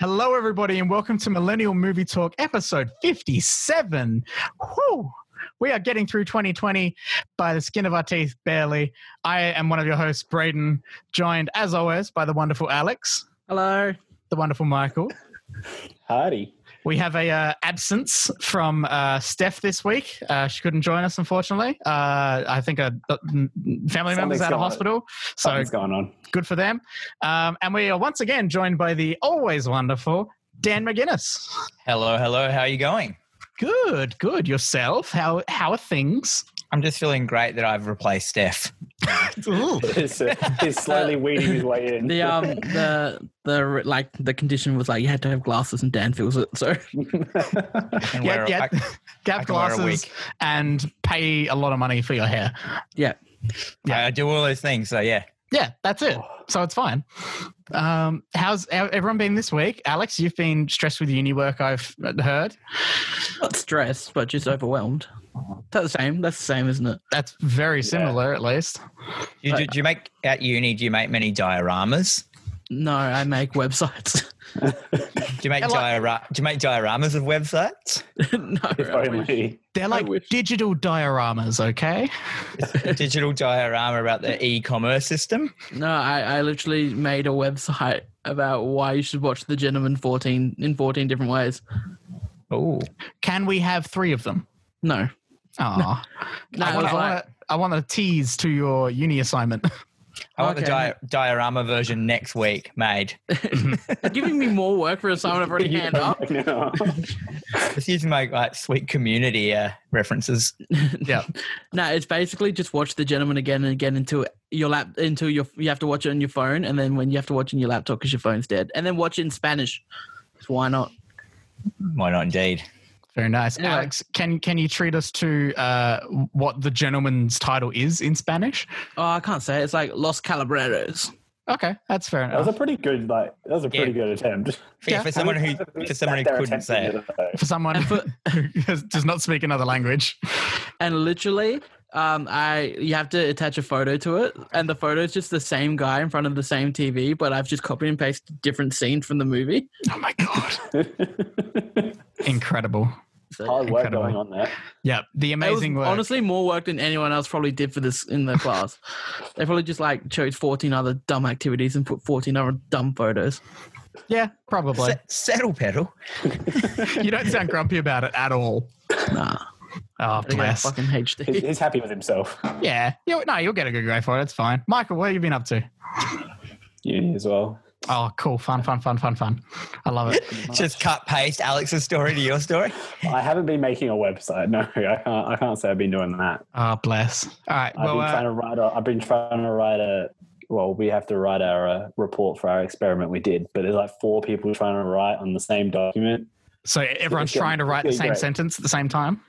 Hello, everybody, and welcome to Millennial Movie Talk, episode 57. Whew. We are getting through 2020 by the skin of our teeth, barely. I am one of your hosts, Braden, joined as always by the wonderful Alex, Hello. the wonderful Michael. Hardy. We have a uh, absence from uh, Steph this week. Uh, she couldn't join us, unfortunately. Uh, I think a a family member's Something's out of gone. hospital, so Something's going on. good for them. Um, and we are once again joined by the always wonderful Dan McGuinness. Hello, hello. How are you going? Good, good. Yourself? How how are things? I'm just feeling great that I've replaced Steph. Ooh. He's, uh, he's slowly weeding his way in. The um the the like the condition was like you had to have glasses and Dan feels it. So I can Yeah, wear a- yeah. I- Gap I can wear a glasses wig. and pay a lot of money for your hair. Yeah. I do all those things. So yeah, Yeah, that's it. Oh. So it's fine. Um, how's e- everyone been this week? Alex, you've been stressed with uni work. I've heard. not stressed, but just overwhelmed. That's the same. That's the same, isn't it? That's very similar, at least. do you, do, do you make at uni? Do you make many dioramas? No, I make websites. Do you make Yeah, like- diora- Do you make dioramas of websites? no, If I wish. only. They're like wish- digital dioramas. Okay. A digital diorama about the e-commerce system. no, I, I literally made a website about why you should watch The Gentleman fourteen in fourteen different ways. Oh, Can we have three of them? No, Aw. no, I I want was to. like, I want to tease to your uni assignment. I want the Okay. di- diorama version next week made. they're giving me more work for a assignment I've already hand up. No. Just using my like sweet community uh, references. yeah. No, it's basically just watch The Gentleman again and again until your lap until your you have to watch it on your phone, and then when you have to watch it on your laptop because your phone's dead, and then watch it in Spanish. 'Cause Why not? Why not? Indeed. Very nice, Anyway. Alex. Can can you treat us to uh, what the gentleman's title is in Spanish? Oh, I can't say it. it's like Los Calabreros. Okay, that's fair That was enough. a pretty good, like, that was a pretty good attempt. Yeah. Yeah. For someone who for someone who They're couldn't say it. attempting though. For someone And, who for, does not speak another language. and literally, um, I you have to attach a photo to it, and the photo is just the same guy in front of the same TV, but I've just copied and pasted different scene from the movie. Oh my god! Incredible. So, Hard work Incredible. going on there. Yeah, the It was amazing work. Honestly, more work than anyone else probably did for this in the class. they probably just like chose 14 other dumb activities and put 14 other dumb photos. yeah, probably. Se- settle pedal. you don't sound grumpy about it at all. Nah, Oh, I think I bless. fucking He's, HD. he's happy with himself. Yeah. You, no, you'll get a good grade for it. It's fine. Michael, what have you been up to? Uni as well. Oh, cool. Fun, fun, fun, fun, fun. I love it. Just cut paste Alex's story to your story. I haven't been making a website. No, I can't. I can't say I've been doing that. Oh, bless. All right. I've Well, been uh, trying to write. A, I've been trying to write a. Well, we have to write our uh, report for our experiment we did, but there's like four people trying to write on the same document. so everyone's Yeah, trying to write the yeah, same great. sentence at the same time.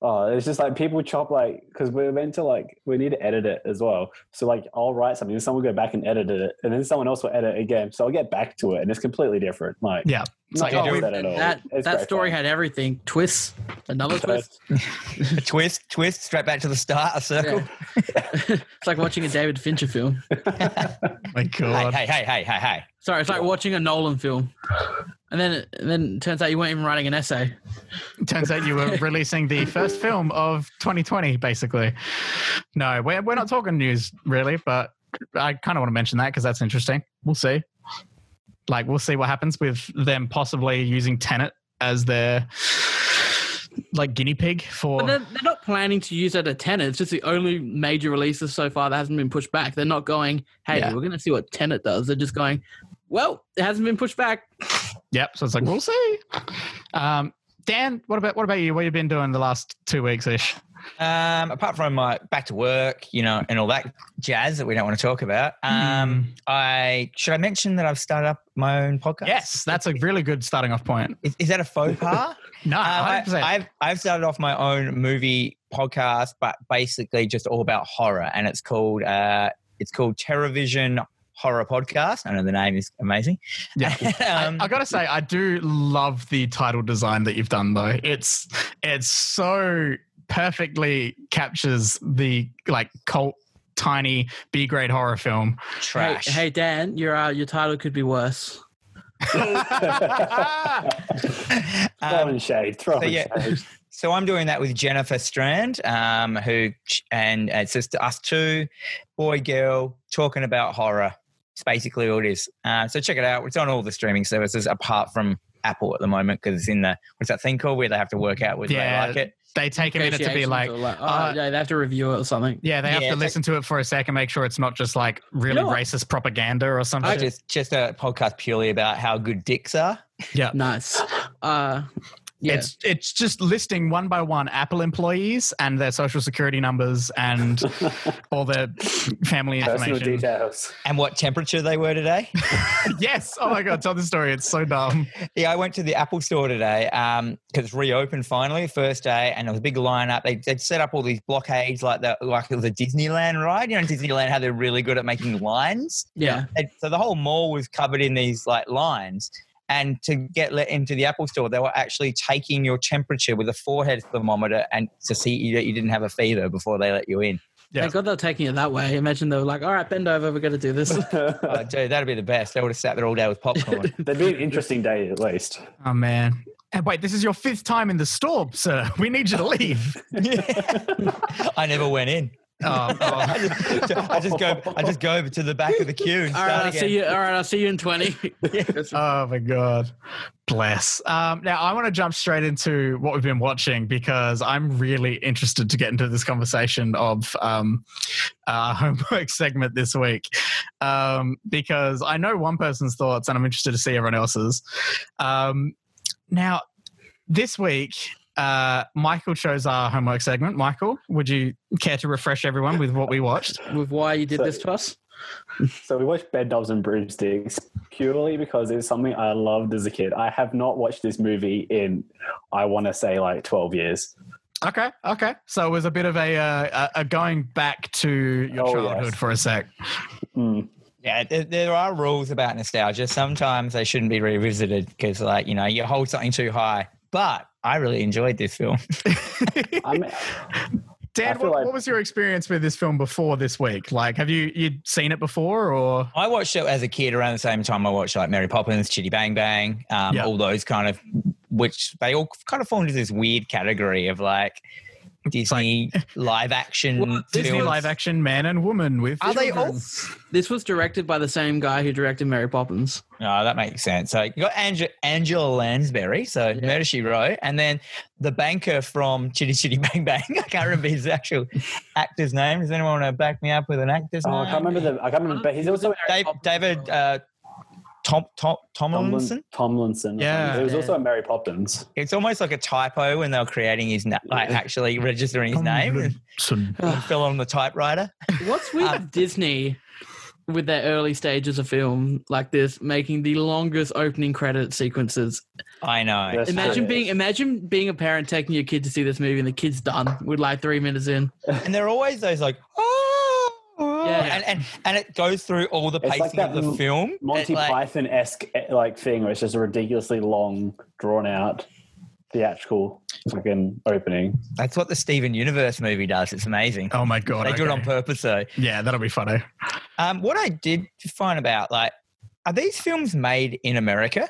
Oh, it's just like people chop like because we're meant to like we need to edit it as well. So like I'll write something, then someone will go back and edit it, and then someone else will edit it again. So I'll get back to it, and it's completely different. Like Yeah. It's not like good you're at all. that It's that great story fun. had everything. Twists, another twist. A twist, twist, straight back to the start, a circle. Yeah. it's like watching a David Fincher film. My God. Hey, hey, hey, hey, hey, hey. Sorry, it's like watching a Nolan film. And then, and then it turns out you weren't even writing an essay. Turns out you were releasing the first film of 2020, basically. No, we're, we're not talking news really, but I kind of want to mention that because that's interesting. We'll see. Like, we'll see what happens with them possibly using Tenet as their like guinea pig for. But they're, they're not planning to use that at Tenet. It's just the only major releases so far that hasn't been pushed back. They're not going, hey, Yeah. we're going to see what Tenet does. They're just going, well, it hasn't been pushed back. Yep. So it's like we'll see. Um, Dan, what about what about you? What you been doing the last two weeks ish? Um, apart from my back to work, you know, and all that jazz that we don't want to talk about. Um, Hmm. I should I mention that I've started up my own podcast? Yes, Ah, that's a really good starting off point. Is, is that a faux pas? No, Uh, I, 100%. have I've started off my own movie podcast, but basically just all about horror, and it's called uh, it's called Terrorvision Horror Podcast. I know the name is amazing. Yeah. um, I, I gotta say, I do love the title design that you've done though. It's it's so perfectly captures the like cult tiny B grade horror film. Hey, trash. hey Dan, your uh, your title could be worse. Um, throwing shade, throwing yeah. shade. So I'm doing that with Jennifer Strand, um, who and uh, it's just us two, boy girl, talking about horror. It's basically all it is. Uh, so check it out. It's on all the streaming services apart from Apple at the moment because it's in the what's that thing called where they have to work out whether Yeah. they like it. They take a minute to be Negotiations like, or like, oh, uh, yeah, they have to review it or something. yeah, they have Yeah, to it's like- listen to it for a second, make sure it's not just like really You know- racist propaganda or I something. just just a podcast purely about how good dicks are. Nice. Uh, yeah. It's it's just listing one by one Apple employees and their social security numbers and all their family Personal information. details. And what temperature they were today? yes. Oh my god, tell the story. It's so dumb. Yeah, I went to the Apple store today because it's reopened finally, first day, and there was a big lineup. They they set up all these blockades like the like it was a Disneyland ride. You know, Disneyland how they're really good at making lines. yeah. And so the whole mall was covered in these like lines. And to get let into the Apple store, they were actually taking your temperature with a forehead thermometer and to see that you didn't have a fever before they let you in. Yeah. Thank God they're taking it that way. Imagine they were like, all right, bend over. We're going to do this. Uh, Oh, dude, that'd be the best. They would have sat there all day with popcorn. That'd be an interesting day at least. Oh man. And wait, this is your fifth time in the store, sir. We need you to leave. I never went in. Oh, oh. I just, I just go. I just go to the back of the queue. And all start right, I'll again. see you. All right, I'll see you in 20. Oh my god. Bless. Um, now I want to jump straight into what we've been watching because I'm really interested to get into this conversation of um, our homework segment this week um, because I know one person's thoughts and I'm interested to see everyone else's. Um, now this week. Uh, Michael chose our homework segment. Michael, would you care to refresh everyone with what we watched? With why you did this to us? So we watched Bed Doves and Broomsticks purely because it's something I loved as a kid. I have not watched this movie in, I want to say, like 12 years. Okay, okay. So it was a bit of a uh, a a going back to your Oh, childhood yes. for a sec. Mm. Yeah, there, there are rules about nostalgia. Sometimes they shouldn't be revisited because, like, you know, you hold something too high. But I really enjoyed this film. I'm, I Dan, feel what, like- what was your experience with this film before this week? Like, have you you'd seen it before, or I watched it as a kid around the same time I watched like Mary Poppins, Chitty Bang Bang, um, Yeah. all those kind of, which they all kind of fall into this weird category of like Disney live action. Well, Disney Disney films. live action Man and Woman with? Are they all? children? This was directed by the same guy who directed Mary Poppins. No, Oh, that makes sense. So you got Ange- Angela Lansbury, so Yeah. Murder She Wrote, and then the banker from Chitty Chitty Bang Bang. I can't remember his actual actor's name. Does anyone want to back me up with an actor's oh, name? I can't remember the. I can't remember, but he's also Dave, David uh, Tom, Tom, Tomlinson. Tomlin, Tomlinson. or Yeah. something. He was Yeah. also in Mary Poppins. It's almost like a typo when they were creating his name, like actually registering his name. and it fell on the typewriter. What's with Uh, Disney with their early stages of film like this, making the longest opening credit sequences? I know. Yes. That's Imagine true. being imagine being a parent taking your kid to see this movie and the kid's done with like three minutes in. And there are always those like, oh, oh," Yeah. And, and, and it goes through all the It's pacing like that of the m- film. It, Monty like- Python esque like thing where it's just a ridiculously long, drawn out theatrical fucking opening. That's what the Steven Universe movie does. It's amazing. Oh my god! they do it on okay. purpose, though. Yeah, that'll be funny. Um, what I did find about, like, are these films made in America?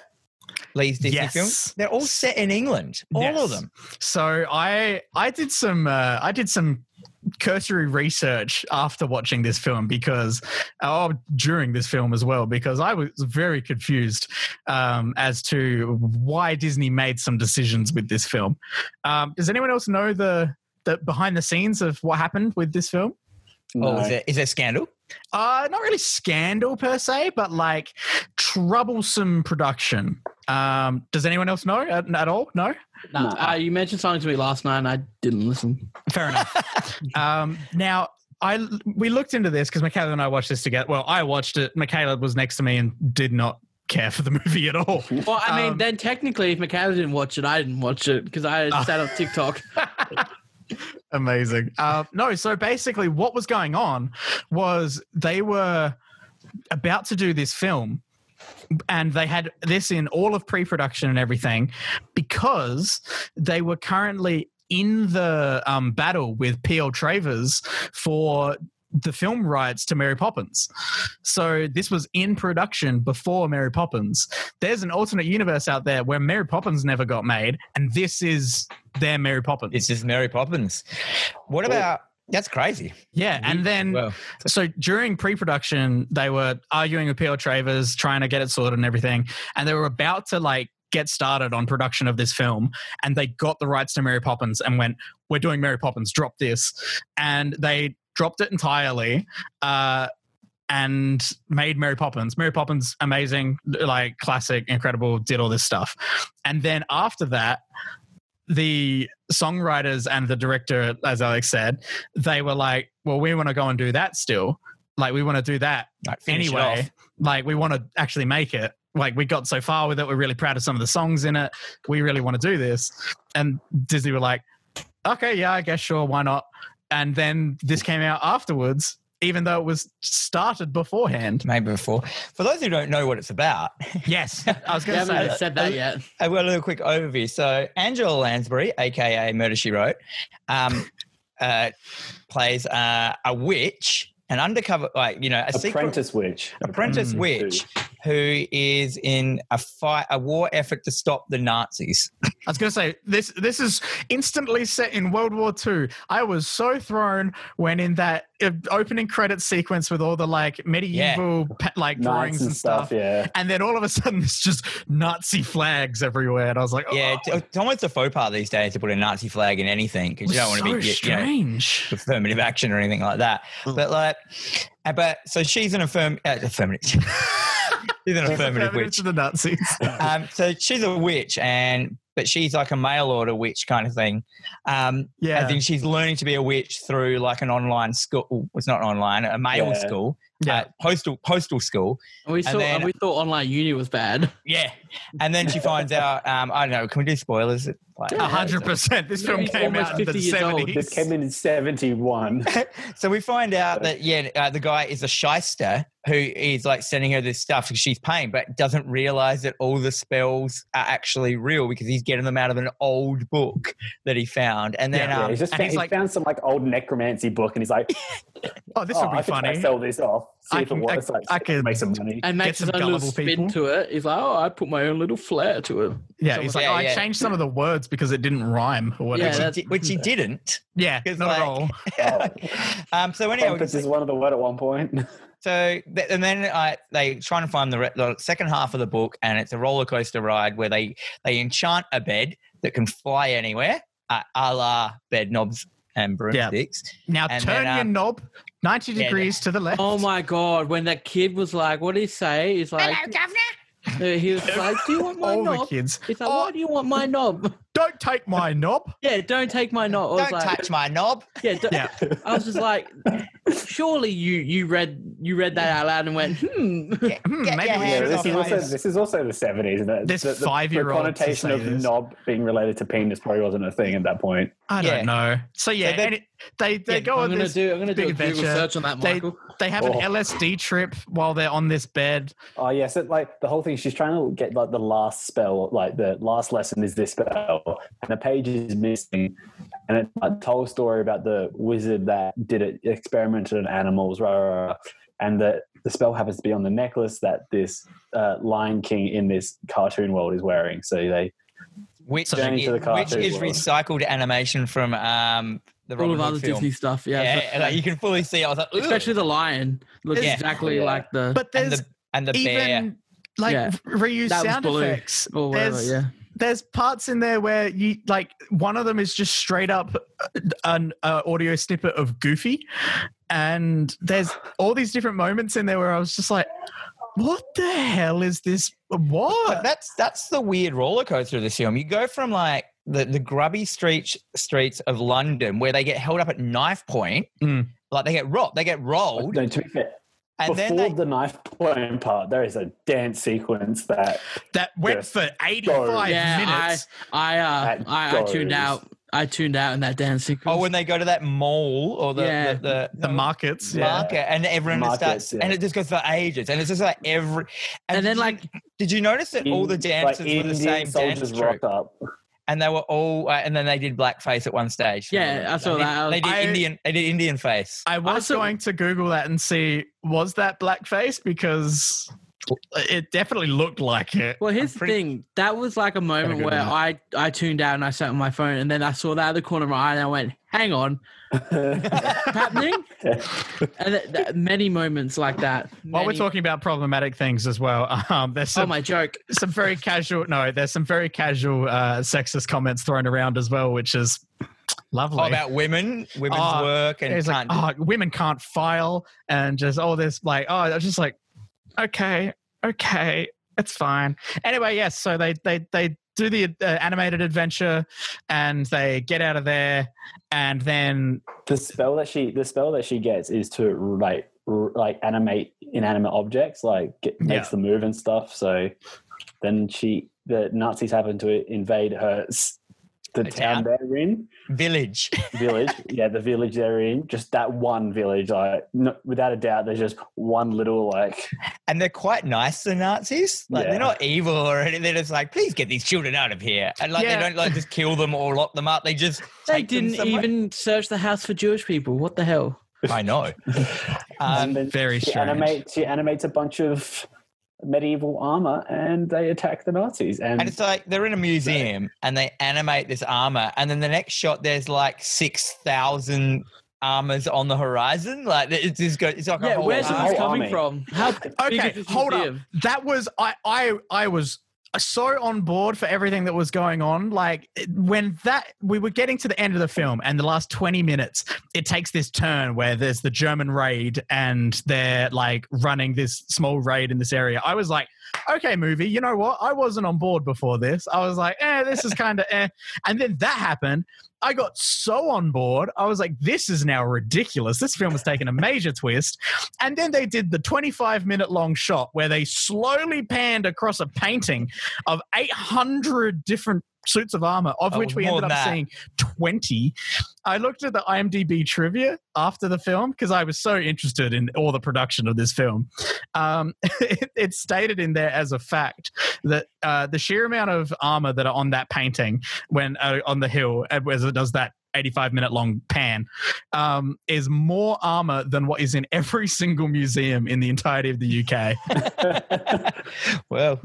These Disney Yes. films? They're all set in England. All of Yes. them. So I I did some uh, I did some cursory research after watching this film because oh during this film as well because I was very confused um, as to why Disney made some decisions with this film. Um, does anyone else know the the behind the scenes of what happened with this film? Oh, No. is there, is there scandal? Uh, not really scandal per se, but like troublesome production. Um, does anyone else know at, at all? No. Nah, Nah. uh, you mentioned something to me last night and I didn't listen. Fair enough. um, now, I we looked into this because Michaela and I watched this together. Well, I watched it. Michaela was next to me and did not care for the movie at all. Well, I mean, Um, then technically, if Michaela didn't watch it, I didn't watch it because I Oh. sat on TikTok. Amazing. Uh, no, so basically, what was going on was they were about to do this film, and they had this in all of pre-production and everything because they were currently in the um, battle with P.L. Travers for the film rights to Mary Poppins. So this was in production before Mary Poppins. There's an alternate universe out there where Mary Poppins never got made, and this is their Mary Poppins. It's just Mary Poppins. What Cool. about that's crazy? yeah, and then Well, so during pre-production, they were arguing with PL Travers, trying to get it sorted and everything, and they were about to like get started on production of this film, and they got the rights to Mary Poppins and went, "We're doing Mary Poppins. Drop this," and they dropped it entirely. Uh, and made Mary Poppins. Mary Poppins, amazing, like classic, incredible, did all this stuff. And then after that, the songwriters and the director, as Alex said, they were like, well, we want to go and do that still. Like, we want to do that like, finish it off. anyway. Like, we want to actually make it. Like, we got so far with it. We're really proud of some of the songs in it. We really want to do this. And Disney were like, okay, yeah, I guess sure. Why not? And then this came out afterwards, even though it was started beforehand. maybe before. For those who don't know what it's about, Yes. I was They going to haven't say even said that uh, yet. I will do a quick overview. So Angela Lansbury, aka Murder She Wrote, um, uh, plays uh, a witch, an undercover, like you know, a secret Apprentice Witch. apprentice Mm. witch who is in a fight, a war effort to stop the Nazis. I was going to say this. This is instantly set in World War II. I was so thrown when in that uh, opening credit sequence with all the like medieval pa- like drawings Knights and stuff, Yeah. and then all of a sudden it's just Nazi flags everywhere, and I was like, Yeah, oh, it's, it's almost a faux pas these days to put a Nazi flag in anything it was because you don't want to be, so you know, strange. affirmative action or anything like that. But like, uh, but so she's an affirm uh, affirmative. she's an affirmative Affirmative witch. to the Nazis. Um, so she's a witch, and but she's like a mail order witch kind of thing. Um, I Yeah, think she's learning to be a witch through like an online school. It's not online, a mail Yeah. school, yeah. uh, postal postal school. And we and thought and then- we thought online uni was bad. Yeah. And then she finds out, um, I don't know, can we do spoilers? Like, A hundred percent. This film Maybe came almost out in the 50 years old. seventies. This came in in 71. So we find out that, yeah, uh, the guy is a shyster who is like sending her this stuff because she's paying, but doesn't realize that all the spells are actually real because he's getting them out of an old book that he found. And then, yeah, um, he's just and found, he's he like- found some like old necromancy book and he's like, Oh, this oh, would be I could try to funny. sell this off. See I if can- it works. I- like, I could- make some money. And makes some his own little gullible spin people. to it. He's like, oh, I put my own little flair to it. Yeah, he's like, Yeah, oh, I yeah. changed some of the words because it didn't rhyme or whatever. Yeah, which, Yeah, he that's- di- which he didn't. It's not at like- all. Oh. um, so anyhow, we Apprentice is one of the word at one point. So, th- and then I, they try and find the, re- the second half of the book, and it's a roller coaster ride where they they enchant a bed that can fly anywhere, uh, a la bed knobs and broomsticks. Now And turn then, uh, your knob 90 yeah, degrees to the left. Oh my god! When that kid was like, "What did he say?" He's like, "Governor." He was like, "Do you want my All the knob?" kids. He's like, Oh. "Why do you want my knob?" Don't take my knob. Yeah, don't take my knob. I was Don't like, touch my knob. Yeah, don't, Yeah. I was just like, surely you you read you read that out loud and went, hmm. Hmm, Get maybe your we yeah, hands should this off is, have my- Otherwise- also, this is also the 70s. And This the, the, five-year-old to The connotation say of this. knob being related to penis probably wasn't a thing at that point. I Yeah. don't know. So yeah, they- and it- they they Yeah, go I'm on gonna this. do I'm gonna do a big Google adventure. search on that, They- Michael. They have an Oh. LSD trip while they're on this bed. Oh yes, it, like the whole thing. She's trying to get like the last spell, like the last lesson is this spell, and a page is missing, and it like, told a story about the wizard that did it, experimented on animals, rah, rah, rah, and that the spell happens to be on the necklace that this uh, Lion King in this cartoon world is wearing. So they, Which, Journey is, to the which Cartoon is World. recycled animation from um, the All Robin of Hood other film. Disney stuff, yeah. yeah, so- like, you can fully see. I was like, "Ugh." especially the lion looks Yeah. exactly Yeah. like the. But and there's the and the bear. even like Yeah. reused That was sound blue. effects. or whatever, there's yeah. there's parts in there where you like one of them is just straight up an uh, audio snippet of Goofy, and there's all these different moments in there where I was just like, "What the hell is this? But What?" that's that's the weird roller coaster of this film. You go from like the, the grubby street, streets of London where they get held up at knife point, Mm. like they get robbed, they get rolled, no, to be fair, before and then they, the knife point part, there is a dance sequence that That went Yes. for eighty-five Yeah, minutes. I uh, That I, I tuned goes. out. I tuned out in that dance sequence. oh, when they go to that mall or the Yeah. the, the, the markets, yeah. market, and everyone just Markets, starts, yeah. and it just goes for ages, and it's just like every, and did then you- like did you notice that all the in- dances like, were the Indian same dance soldiers troupe? rock up. and they were all, uh, and then they did blackface at one stage. Yeah, I saw They did- that. I was- They did I- Indian. They did Indian face. I was Also- going to Google that and see was that blackface because it definitely looked like it. Well, here's pretty- the thing. That was like a moment good where with that. I, I tuned out and I sat on my phone, and then I saw that at the corner of my eye, and I went, "Hang on, what's happening?" and th- th- many moments like that. While we're Many- talking about problematic things as well, um, there's oh some, my joke. some very casual. No, there's some very casual uh, sexist comments thrown around as well, which is lovely. Oh, about women, women's Oh, work, and it's like, can't. oh, women can't file, and just all this like, oh, I was just like, okay, okay, it's fine. Anyway, yes, so they they they do the uh, animated adventure, and they get out of there, and then the spell that she the spell that she gets is to like r- like animate inanimate objects like get, makes Yeah. them move and stuff so then she the nazis happen to invade her s- the The town town. they're in village. village yeah the village they're in just that one village like no, without a doubt there's just one little like And they're quite nice, the Nazis. Like Yeah. they're not evil or anything. They're just like, please get these children out of here. And like Yeah. they don't like just kill them or lock them up. They just They take them didn't somewhere. even search the house for Jewish people. What the hell? I know. and Um, then very she strange. animates she animates a bunch of medieval armor and they attack the nazis and, and it's like they're in a museum and they animate this armor, and then the next shot there's like six thousand armors on the horizon. Like it's just go, it's like a Yeah, whole where's the army. this whole coming from? army. How big Okay, is this hold up. museum? that was I I I was so on board for everything that was going on like it- when that we were getting to the end of the film and the last 20 minutes it takes this turn where there's the german raid and they're like running this small raid in this area i was like okay movie you know what i wasn't on board before this i was like eh this is kind of eh and then that happened i got so on board i was like this is now ridiculous this film has taken a major twist and then they did the 25 minute long shot where they slowly panned across a painting of 800 different suits of armor, of Oh, which we more ended up than that. seeing 20. I looked at the IMDb trivia after the film because I was so interested in all the production of this film. Um, it, it's stated in there as a fact that uh, the sheer amount of armor that are on that painting when uh, on the hill, uh, as it does that 85 minute long pan, um, is more armor than what is in every single museum in the entirety of the UK. Well,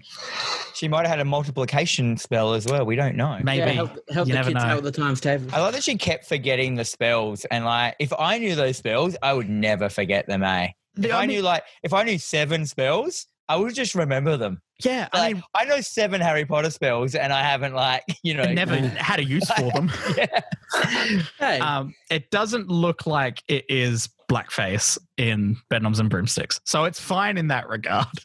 she might have had a multiplication spell as well. We don't know. Yeah, Maybe. help, help You the never kids know. out with the times table. I love that she kept forgetting the spells, and like if I knew those spells, I would never forget them. Eh? The if I only- knew like if I knew seven spells, I would just remember them. yeah, I Like mean, I know seven Harry Potter spells, and I haven't like you know I never had a use for them. Yeah. Hey, Um, it doesn't look like it is blackface in Bedknobs and Broomsticks, so it's fine in that regard.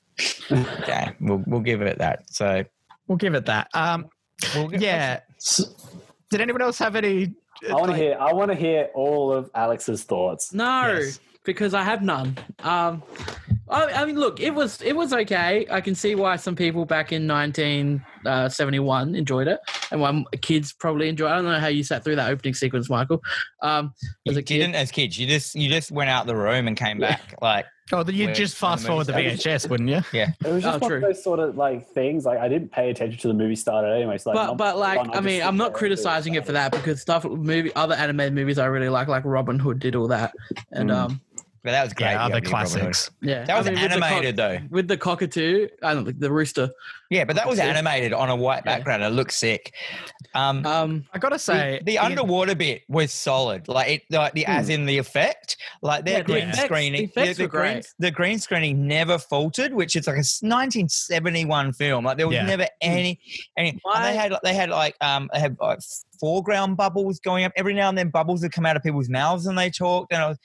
Okay, we'll we'll give it that. So We'll give it that. Um, we'll give- yeah. S- Did anyone else have any? uh, i want to like- hear i want to hear all of alex's thoughts no, yes. because I have none. Um, I, I mean, look, it was it was okay. I can see why some people back in 1971 enjoyed it, and why kids probably enjoy. I don't know how you sat through that opening sequence, Michael. Um, as you a kid, didn't as kids. You just you just went out the room and came Yeah. back. Like Oh, then you'd Wait, just on the fast forward the movie. VHS, wouldn't you? It was just Oh, one of true. those sort of like things. Like I didn't pay attention to the movie started anyway. So like, but but like I mean, I'm not criticizing it for that because stuff movie other animated movies I really like, like Robin Hood, did all that, and Mm. um, but that was great. yeah, other you probably would. classics. yeah, Hmm. That was I mean, with the cock- animated though. with the cockatoo, I don't think the rooster. Yeah, but that was Yeah. animated on a white Yeah. background. It looked sick. Um, Um, I gotta say, the, the underwater bit was solid. Like it, like the as in the effect, like Hmm. their Yeah, the green effects- the screening, effects the, were great. green, the green screening never faltered, which is like a s- 1971 film. Like there was Yeah. never Hmm. any, any. And My- they had, like- they had like, um, they had like foreground bubbles going up every now and then. Bubbles would come out of people's mouths and they talked, and I was,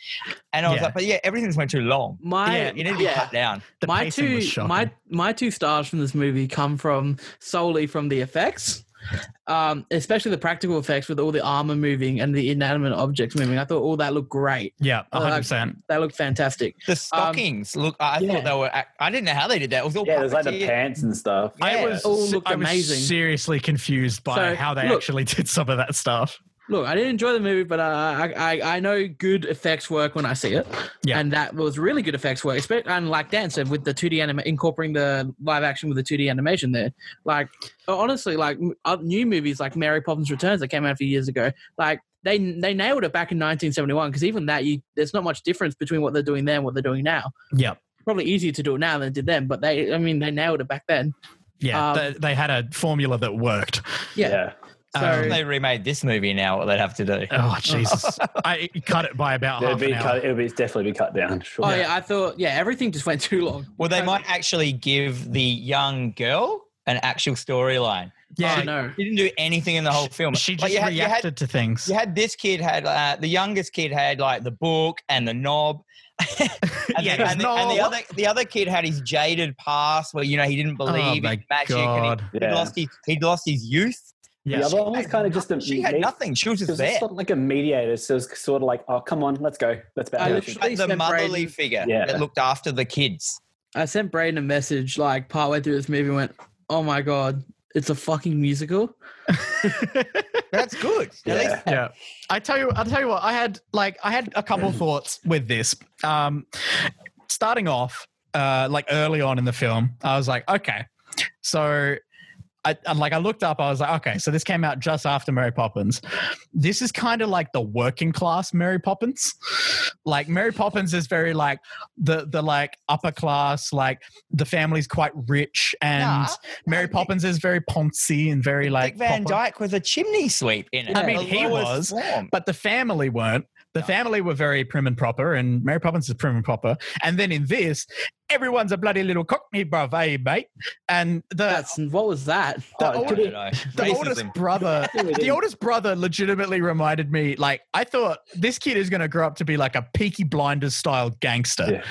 and I was Yeah. like, but yeah, everything's went too long. my yeah, it needed to be cut down. the my pacing two was shocking. my my two stars from this movie come from solely from the effects um especially the practical effects with all the armor moving and the inanimate objects moving i thought all that looked great yeah, Oh, like- 100. percent that looked fantastic The stockings, look, I Um, yeah. thought they were. ac- I didn't know how they did that. It was all Yeah, there's like the puppeteer. pants and stuff. I Yeah. was, all se- looked I was amazing. seriously confused by So, how they look- actually did some of that stuff. look, I didn't enjoy the movie, but uh, I, I I know good effects work when I see it, Yeah. and that was really good effects work. Espe- And like Dan said, with the two D anima- incorporating the live action with the two D animation there, like honestly, like m- uh, new movies like Mary Poppins Returns that came out a few years ago, like. They, they nailed it back in 1971 because even that you there's not much difference between what they're doing then and what they're doing now. Yep. Probably easier to do it now than it did then, but they I mean they nailed it back then. Yeah. Um, they, they had a formula that worked. Yeah. So Um, If they remade this movie now, what they'd have to do. Oh Jesus! I cut it by about It'll half be an hour. cut, it'll be it's definitely be cut down. Sure. oh yeah. I thought yeah everything just went too long. Well, they Um, might actually give the young girl an actual storyline. Yeah. Oh, I know. She didn't do anything in the whole film. She Like, just you had- you had- reacted to things. You had this kid had uh, the youngest kid had like the book and the knob. and Yeah, the, there's and, the, and the knob. other the other kid had his jaded past where you know he didn't believe Oh, my in magic. And God. he, Yeah. would lost his he'd lost his youth. Yeah. The other one was had kind of just a She had me- nothing. She was It just was there. sort of like a mediator. So it's sort of like, oh, come on, let's go. Let's I Oh, battle. literally- Like the Sent motherly Brayden- figure Yeah. that looked after the kids. I sent Braden a message like partway through this movie and went, Oh my god, it's a fucking musical. That's good. At least Yeah. yeah i tell you i'll tell you what i had like i had a couple thoughts with this um starting off uh like early on in the film i was like okay so I, and like I looked up, I was like, okay, so this came out just after Mary Poppins. This is kind of like the working class Mary Poppins. Like Mary Poppins is very like the the like upper class, like the family's quite rich, and Nah. Mary Poppins is very poncy and very like Dick Van proper. Dyke was a chimney sweep in it. I mean, The he lowest was, form. but the family weren't. The No. family were very prim and proper, and Mary Poppins is prim and proper. And then in this, everyone's a bloody little cockney brother, eh, mate. And the That's what was that? the, oh, old- I don't know. the oldest Racism. brother, the The oldest brother, legitimately reminded me. Like I thought, this kid is going to grow up to be like a Peaky Blinders style gangster.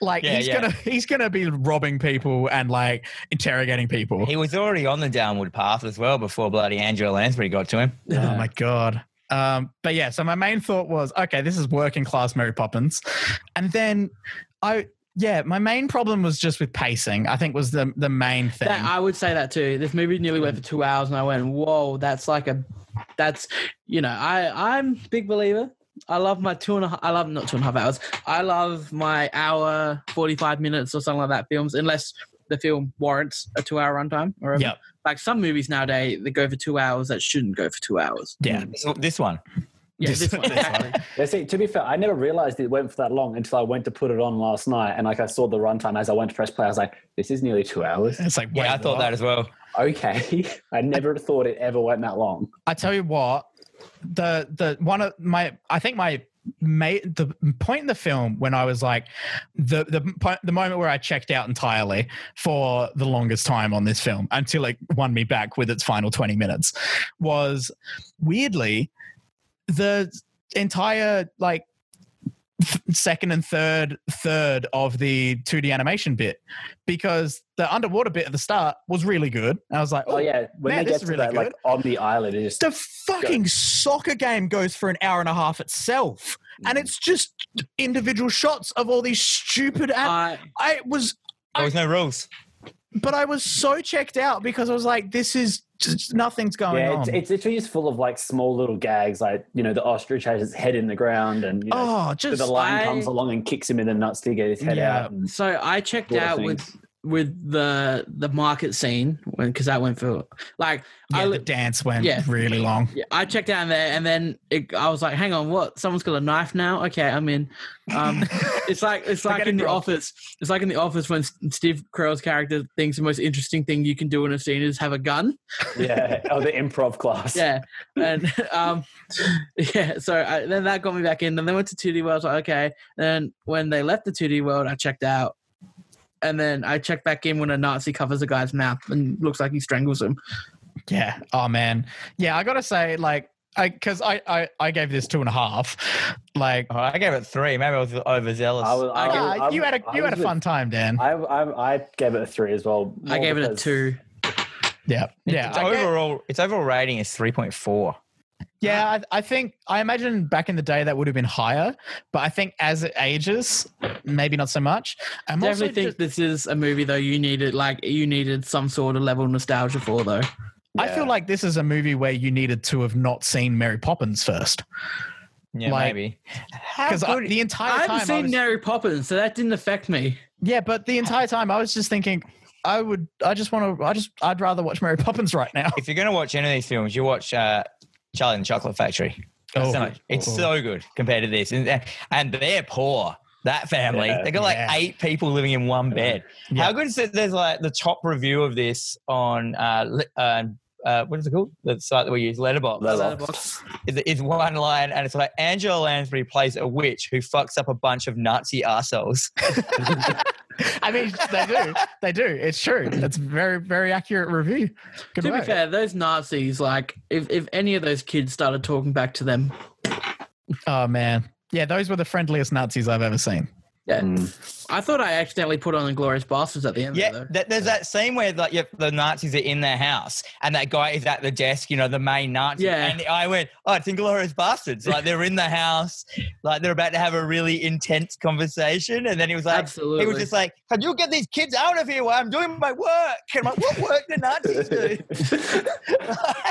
Like Yeah, he's yeah. gonna he's gonna be robbing people and like interrogating people. He was already on the downward path as well before bloody Angela Lansbury got to him. Oh my god. Um, but yeah, so my main thought was, okay, this is working class Mary Poppins, and then I, yeah, my main problem was just with pacing. I think was the the main thing. That- I would say that too. This movie nearly went for two hours and I went, Whoa, that's like a that's you know, I I'm a big believer. I love my two and a half I love not two and a half hours. I love my hour forty five minutes or something like that films, unless the film warrants a two hour runtime or whatever. yeah, like some movies nowadays that go for two hours that shouldn't go for two hours. yeah, This, this one. Yeah, This- this one. this one. exactly. Yeah, see, to be fair, I never realized it went for that long until I went to put it on last night, and like I saw the runtime as I went to press play, I was like, "This is nearly two hours." it's like Yeah, I thought that as well. Okay, I never thought it ever went that long. I tell you what, the the one of my I think my mate the point in the film when I was like the the point the moment where I checked out entirely for the longest time on this film until it won me back with its final twenty minutes was weirdly the entire like th- second and third third of the 2D animation bit because the underwater bit at the start was really good. I was like, Oh yeah, when man, they this get is to really that like on the island, it just the fucking soccer game goes for an hour and a half itself, Mm. and it's just individual shots of all these stupid. Ad- Uh, I, I was, There was no rules. but I was so checked out because I was like, "This is just, nothing's going yeah, on." it's, it's literally just full of like small little gags, like you know the ostrich has its head in the ground, and you know, oh, the just lion I- comes along and kicks him in the nuts to get his head Yeah. out. and so I checked sort of out with things. with the the market scene when because that went for like yeah, I the li- dance went yeah. really long. yeah, I checked out there and then it, I was like, hang on, what? Someone's got a knife now. Okay, I'm in. Um, it's like it's We're like getting in the robbed. office. It's like in the office when S- Steve Carell's character thinks the most interesting thing you can do in a scene is have a gun. yeah, oh the improv class. Yeah, and um, yeah. So I, then that got me back in, and then went to 2D World. I was like, okay. then when they left the 2D World, I checked out, and then I checked back in when a Nazi covers a guy's mouth and looks like he strangles him. Yeah. Oh man. Yeah, I gotta say, like, I because I, I I gave this two and a half. Like, Oh, I gave it three. Maybe I was overzealous. I was, I I was- ah, I you was- had a I you had a was with- fun time, Dan. I, I I gave it a three as well. I more gave it a because- two. yeah. Yeah. its I gave- overall, its overall rating is three point four. Yeah, I, I think I imagine back in the day that would have been higher, but I think as it ages, maybe not so much. I'm also Definitely think just- this is a movie though. You needed like you needed some sort of level of nostalgia for though. I feel like this is a movie where you needed to have not seen Mary Poppins first. Yeah, Like- maybe. How Because good? the I entire haven't time. I seen was, Mary Poppins, so that didn't affect me. yeah, but the entire time I was just thinking, I would, I just want to, I just, I'd rather watch Mary Poppins right now. if you're going to watch any of these films, you watch uh, Charlie and the Chocolate Factory. Oh. It's, so, it's so good compared to this, and and they're poor. That family, Yeah, they got like yeah. eight people living in one bed. Yeah. How good is it? There's like the top review of this on uh, li- uh, uh, what is it called? The site that we use, Letterbox. Letterboxd. Letterboxd. Is, is one line, and it's like Angela Lansbury plays a witch who fucks up a bunch of Nazi assholes. Oh. I mean, they do, they do. It's true. It's very, very accurate review. Good To be work. fair, those Nazis, like, if, if any of those kids started talking back to them, Oh man, yeah, those were the friendliest Nazis I've ever seen. yeah. Mm. I thought I accidentally put on Glorious Bastards at the end Yeah, of it, though. th- there's that scene where like yep, the Nazis are in their house, and that guy is at the desk, you know, the main Nazi. Yeah. And I went, oh, it's Inglorious Bastards. Like they're in the house, like they're about to have a really intense conversation, and then he was like, Absolutely. he was just like, "Can you get these kids out of here while I'm doing my work?" And I'm like, "What work do Nazis do?"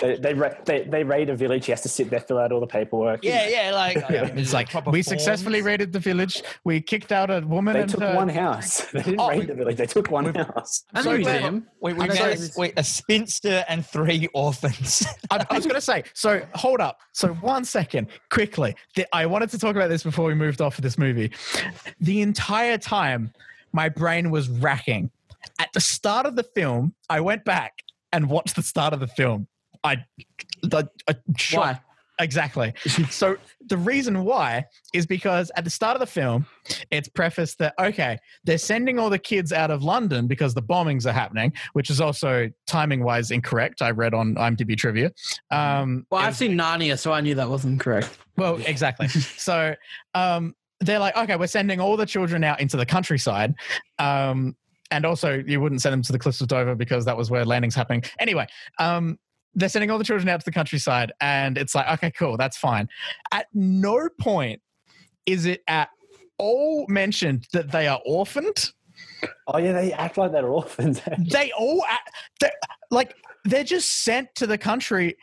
they, they, ra- they they raid a village. He has to sit there, fill out all the paperwork. yeah, yeah, like Yeah, it's like proper we forms. successfully raided the village. We kicked out a woman. They and uh, took her- one house. They didn't Oh, we- raid the village. They took one house. And so the glad- museum. We, we I'm managed- sorry, this- we- a spinster and three orphans. I, I was going to say, so hold up. So, one second, quickly. The- I wanted to talk about this before we moved off of this movie. The entire time, my brain was racking. At the start of the film, I went back and watched the start of the film. I, the, I shot Why? Exactly. so the reason why is because at the start of the film, it's prefaced that okay, they're sending all the kids out of London because the bombings are happening, which is also timing wise incorrect. I read on IMDb trivia. Um, Well, it- I've seen Narnia, so I knew that wasn't correct. well, exactly. so um, they're like, okay, we're sending all the children out into the countryside. Um, and also, you wouldn't send them to the cliffs of Dover because that was where landings happening. Anyway, um, they're sending all the children out to the countryside, and it's like, okay, cool, that's fine. At no point is it at all mentioned that they are orphaned. Oh yeah, they act like they're orphans. They all, act- they're, like, they're just sent to the country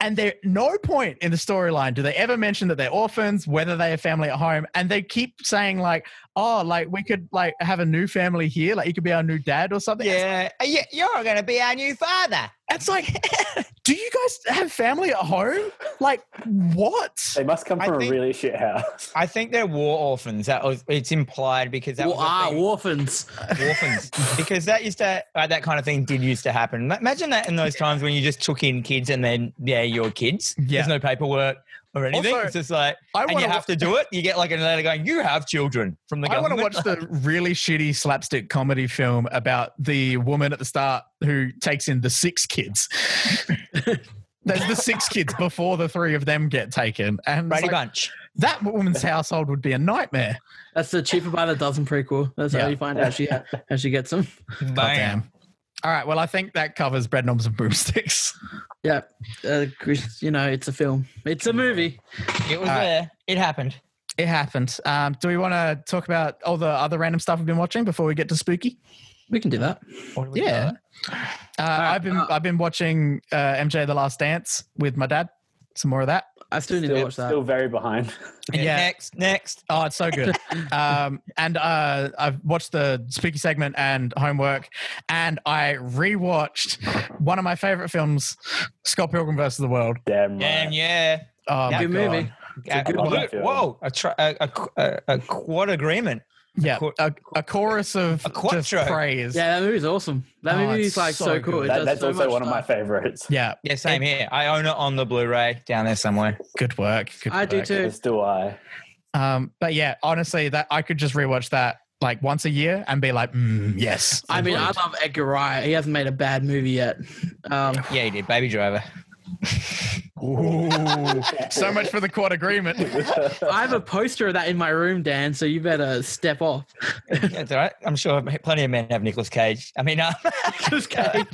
and there no point in the storyline do they ever mention that they're orphans whether they have family at home and they keep saying like oh like we could like have a new family here like you could be our new dad or something yeah, yeah, you're going to be our new father. it's like do you guys have family at home like what they must come I from think- a really shit house. I think they're war orphans. That was it's implied because that Well, was ah, a thing. orphans. orphans because that used to uh, that kind of thing did used to happen. Ma- Imagine that in those times when you just took in kids and then yeah, your kids. Yeah. There's no paperwork or anything. Also, it's just like i and you wanna have to do it. You get like a letter going, "You have children from the I want government." to watch the really shitty slapstick comedy film about the woman at the start who takes in the six kids. There's the six kids before the three of them get taken, and it's Brady like, Bunch. that woman's household would be a nightmare. That's the cheaper by the dozen prequel. That's Yeah. how you find out she how she gets them. God Bam. damn. All right, well, I think that covers bread knobs and boomsticks. Yeah, uh, Chris, you know it's a film. It's a movie. It was All right. there. It happened. It happened. Um, do we want to talk about all the other random stuff we've been watching before we get to spooky? We can do that. What do we Yeah. got? Uh, right, I've been uh, I've been watching uh, MJ The Last Dance with my dad. Some more of that. I still need to Still, watch that. still very behind. Yeah, Yeah. Next, next. Oh, it's so good. um, and uh, I've watched the spooky segment and homework, and I rewatched one of my favorite films, Scott Pilgrim versus the World. Damn right. Damn yeah. Oh, my Good God. movie. Uh, good look, one. whoa, a, tri- a, a, qu- a, a quad agreement. Yeah, Qu- a, a chorus of A just quattro. praise. Yeah, that movie's awesome. That Oh, movie's it's like so so, cool. good. It That, does that's so also much one of my stuff. favorites. Yeah, Yeah, same here. I own it on the Blu-ray down there somewhere. good work. Good I do work. too. As do I. Um, but yeah, honestly, that I could just rewatch that like once a year and be like, mm, yes. I mean, I love Edgar Wright. He hasn't made a bad movie yet. Um, Yeah, you did. Baby Driver. Ooh, so much for the quad agreement. I have a poster of that in my room, Dan. So you better step off. That's all right. I'm sure plenty of men have Nicolas Cage. I mean, uh, Just Cage,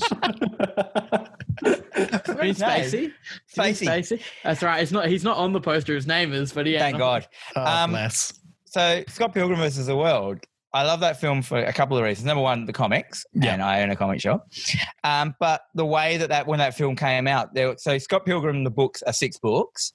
his name? Spacey. Is it Spacey. Spacey. That's right. It's not. He's not on the poster. His name is, but yeah. Thank God. Oh, Um, bless. So Scott Pilgrim versus the World. I love that film for a couple of reasons. Number one, the comics, Yeah. and I own a comic shop. Um, but the way that that when that film came out, there, so Scott Pilgrim, the books are six books,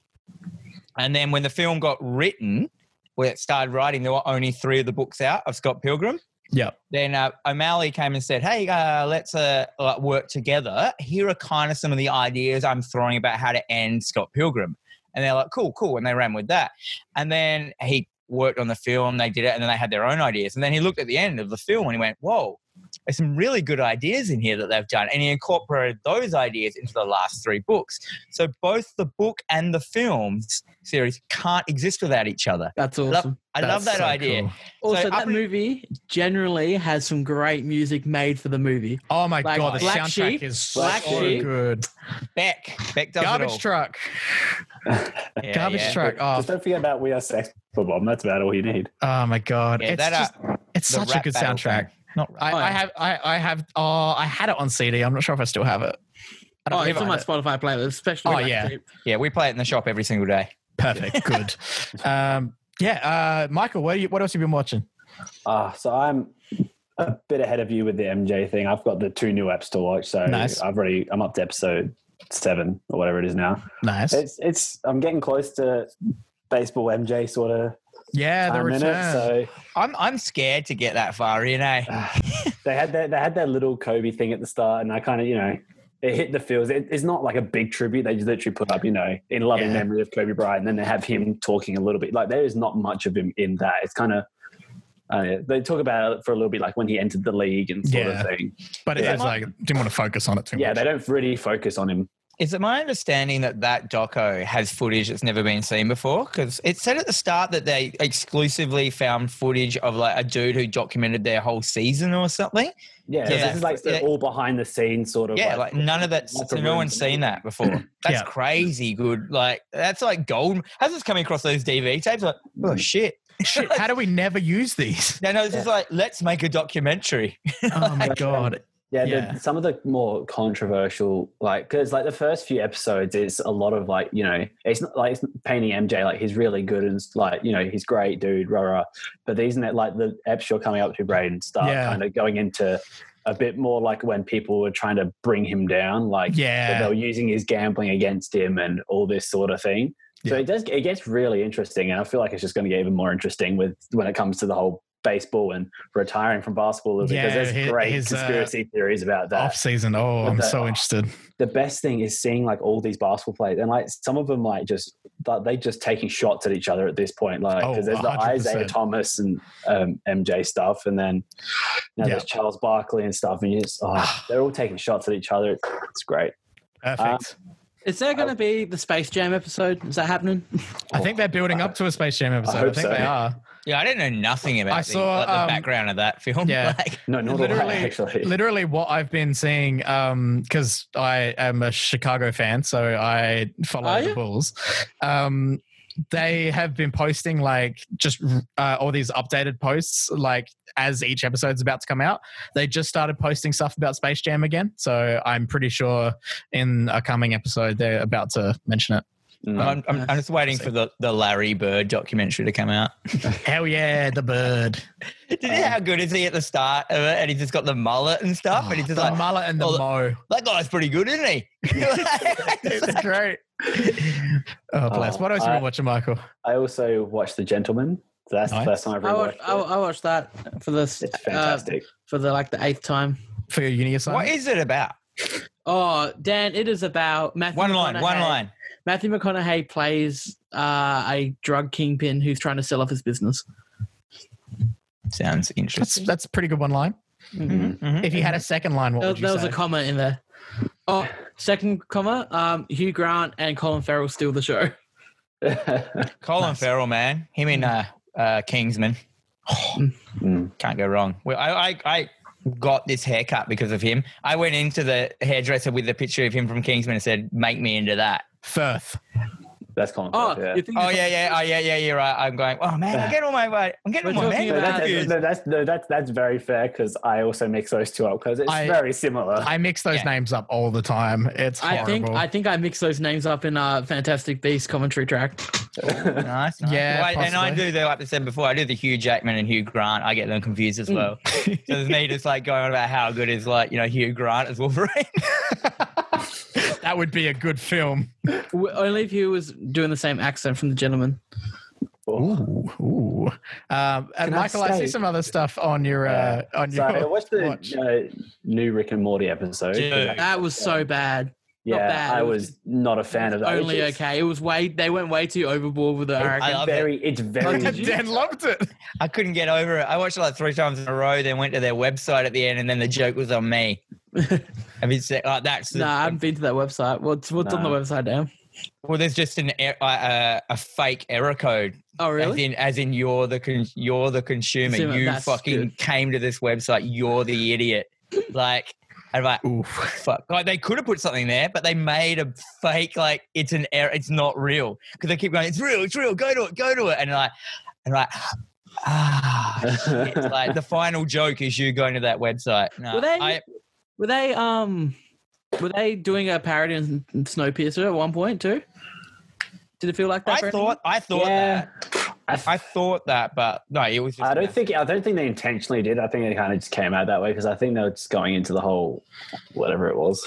and then when the film got written, when it started writing, there were only three of the books out of Scott Pilgrim. Yeah. Then uh, O'Malley came and said, "Hey, uh, let's uh, like, work together. Here are kind of some of the ideas I'm throwing about how to end Scott Pilgrim." And they're like, "Cool, cool," and they ran with that. And then he worked on the film, they did it, and then they had their own ideas. And then he looked at the end of the film and he went, Whoa, there's some really good ideas in here that they've done. And he incorporated those ideas into the last three books. So both the book and the film series can't exist without each other. That's awesome. I love That's that so idea. cool. Also, So that up in- movie generally has some great music made for the movie. Oh my Like, god, the Black soundtrack Sheep- is so Black Sheep- good. Beck, Beck does it all. Garbage truck. Yeah, Garbage yeah. truck. Oh, Just don't forget about We Are Sex Bomb. That's about all you need. oh my god. Yeah, it's that, uh, just, it's The such a rap good battle soundtrack. thing. Not I, Oh, yeah. I have I, I have oh I had it on CD. I'm not sure if I still have it. I don't Oh, it's believe I on my had it. Spotify playlist, especially. Oh, Black yeah. Sheep. Yeah, we play it in the shop every single day. Perfect. Good. um, yeah. Uh, Michael, what, you, what else have you been watching? Ah, so I'm a bit ahead of you with the MJ thing. I've got the two new apps to watch, so Nice. I've already I'm up to episode seven or whatever it is now. Nice. It's it's I'm getting close to baseball MJ sort of yeah, the time in it. return. So I'm I'm scared to get that far in, eh? ah, they had their, they had their little Kobe thing at the start, and I kind of you know. It hit the feels. It, it's not like a big tribute. They just literally put up, you know, in loving Yeah. memory of Kobe Bryant, and then they have him talking a little bit. Like there is not much of him in that. It's kind of uh, they talk about it for a little bit, like when he entered the league and sort Yeah. of thing. but it Yeah. was like didn't want to focus on it too yeah, much. they don't really focus on him. Is it my understanding that that doco has footage that's never been seen before? Because it said at the start that they exclusively found footage of like a dude who documented their whole season or something. Yeah, Yeah. this is like the Yeah. all behind the scenes sort of. Yeah, like none of that. like so a no room one's thing. seen that before. Yeah. That's crazy good. Like that's like gold. How's this coming across those DV tapes? Like oh shit. Shit, how do we never use these? No, no, this is like let's make a documentary. Oh my god. yeah, yeah. The, some of the more controversial, like because like the first few episodes is a lot of like you know it's not like it's painting MJ like he's really good and like you know he's great dude rah rah, but these and that like the eps you're coming up to Braden start Yeah. kind of going into a bit more like when people were trying to bring him down, like that they Yeah. were using his gambling against him and all this sort of thing. So Yeah. it does it gets really interesting, and I feel like it's just going to get even more interesting with when it comes to the whole baseball and retiring from basketball a little bit, Yeah, because there's hi- great his, uh, conspiracy theories about that. Off season. Oh, But I'm that- so interested. The best thing is seeing like all these basketball players, and like some of them like just like, they just taking shots at each other at this point, like Oh, because there's the 100%. Isaiah Thomas and um, MJ stuff, and then now Yeah. there's Charles Barkley and stuff, and you just oh, they're all taking shots at each other. It's, it's great. Perfect. Is there going to be the Space Jam episode? Is that happening? I think they're building up to a Space Jam episode. I, hope think so. they are. Yeah, I don't know nothing about I the, saw, like, the um, background of that film. yeah. Like, No, not all Literally- right, actually. Literally, what I've been seeing, um, because I am a Chicago fan, so I follow Are the you? Bulls. Um, they have been posting like just uh, all these updated posts, like as each episode's about to come out. They just started posting stuff about Space Jam again, so I'm pretty sure in a coming episode they're about to mention it. Mm. I'm, I'm, I'm just waiting for the, the Larry Bird documentary to come out. Hell yeah, the bird, Did you Um, hear how good is he at the start of it? And he's just got the mullet and stuff. and he's just Oh, the like, mullet and the well, mo. that guy's pretty good, isn't he? it's great. Oh, bless. Oh, What else you I- been watching, Michael? I also watched The Gentleman. So that's Nice. the first time I've I rewatched watched, it. I, I watched that for this it's uh, fantastic. for the like the eighth time. For your uni assignment? what is it about? Oh, Dan, it is about Matthew. One line, one McConaughey- line. Matthew McConaughey plays uh, a drug kingpin who's trying to sell off his business. Sounds That's interesting. that's a pretty good one line. Mhm, mhm. If you had a second line, what There, would you there was say? a comma in there. Oh, second comma. Um, Hugh Grant and Colin Farrell steal the show. Mm-hmm. Colin Nice. Mm-hmm. Farrell, man. Him in uh, uh, Kingsman. Mm. Can't go wrong. Well, I, I, I got this haircut because of him. I went into the hairdresser with a picture of him from Kingsman and said, make me into that. Firth. That's Colin. Oh, Firth, yeah. you think Oh yeah, yeah, oh yeah, yeah. You're right. I'm going. Oh man, I'm getting all my. I'm getting all We're my talking man No, about- confused. that- that- no, that's no, that's that's very fair because I also mix those two up because it's I- very similar. I mix those Yeah. names up all the time. It's I horrible. think I think I mixed those names up in uh, Fantastic Beast commentary track. Nice. nice. Yeah, Well, I- and I possibly. do the like I said before. I do the Hugh Jackman and Hugh Grant. I get them confused Mm. as well. so there's me just like going on about how good is like you know Hugh Grant as Wolverine. that would be a good film. W- Only if he was doing the same accent from the gentleman. Ooh, ooh. Um, and Can I Michael, I, see say- some other stuff on your uh, on So I your. watched the watch. Uh, new Rick and Morty episode. Dude. That was so bad. yeah, bad. I It was was not a fan of that. Only It's- okay. It was way they went way too overboard with the It's I hurricane. love it. very, it's very. Did you- Dan loved it. I couldn't get over it. I watched it like three times in a row. Then went to their website at the end, and then the joke was on me. I mean, so, like, that's the- Nah, I haven't been to that website. What's what's on the Nah. website now? well. There's just an er- uh, a fake error code. Oh As really? in, as in, you're the con- you're the consumer. Consumer, you that's fucking good. came to this website. You're the idiot. Like, I'm like, Oof. fuck. Like they could have put something there, but they made a fake. Like it's an error. It's not real because they keep going. It's real. It's real. Go to it. Go to it. And like, and like, ah, shit. like the final joke is you going to that website. No, Were they- I, Were they um were they doing a parody on Snowpiercer at one point too? Did it feel like that? for I anyone? thought, I thought Yeah. that. I thought that, but no, it was. Just I don't think I don't think they intentionally did. I think it kind of just came out that way because I think they were just going into the whole whatever it was.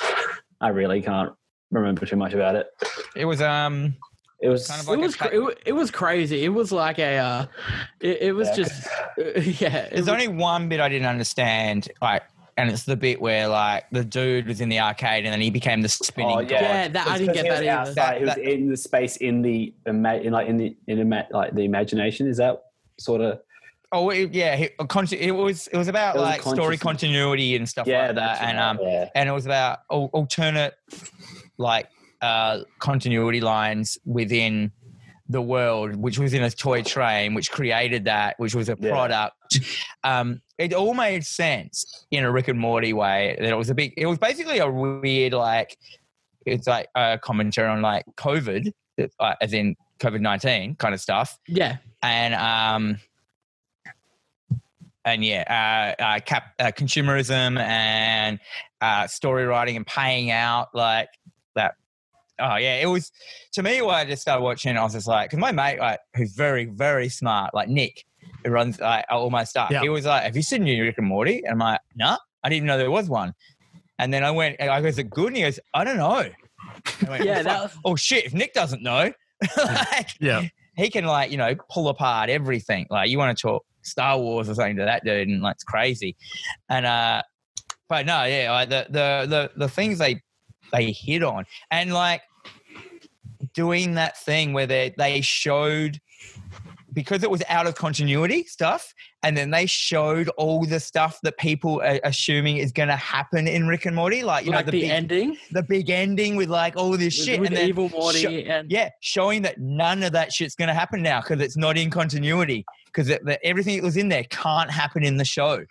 I really can't remember too much about it. it was. Um, It was Oh, Kind of it like a was cra- cut- it, wa- it was crazy. It was like a uh, it, it was Yeah. just yeah. It There's was, only one bit I didn't understand, like, and it's the bit where like the dude was in the arcade and then he became the spinning. Oh, god. yeah, that I It's didn't 'cause get he was that either. outside. he was That- in the space in the ima- in like in the in ima- like the imagination. Is that sort of Oh it, yeah, he, a con- it was it was about It was like story consciousness. continuity and stuff yeah? like that's that, and right, um, yeah. and it was about al- alternate like uh continuity lines within the world, which was in a toy train, which created that, which was a Yeah. product. Um, it all made sense in a Rick and Morty way. That it was a big. It was basically a weird like. It's like a commentary on like COVID, uh, as in COVID nineteen kind of stuff yeah. and um and yeah uh, uh cap uh, consumerism and uh story writing and paying out like that oh yeah it was to me when i just started watching i was just like because my mate like who's very very smart like nick who runs like all my stuff Yeah. he was like have you seen new rick and morty and i'm like no i didn't even know there was one and then i went and i go is it good and he goes i don't know I went, Yeah, "Fuck. that was- oh shit if nick doesn't know like, Yeah. he can like you know pull apart everything. Like you want to talk Star Wars or something to that dude, and like it's crazy. And uh, but no, yeah, like the the the the things they they hit on, and like doing that thing where they they showed because it was out of continuity stuff and then they showed all the stuff that people are assuming is going to happen in rick and morty like you like know the, the, big, ending the big ending with like all this with- shit with, and then evil Morty sho- and yeah, showing that none of that shit's going to happen now because it's not in continuity because everything that was in there can't happen in the show.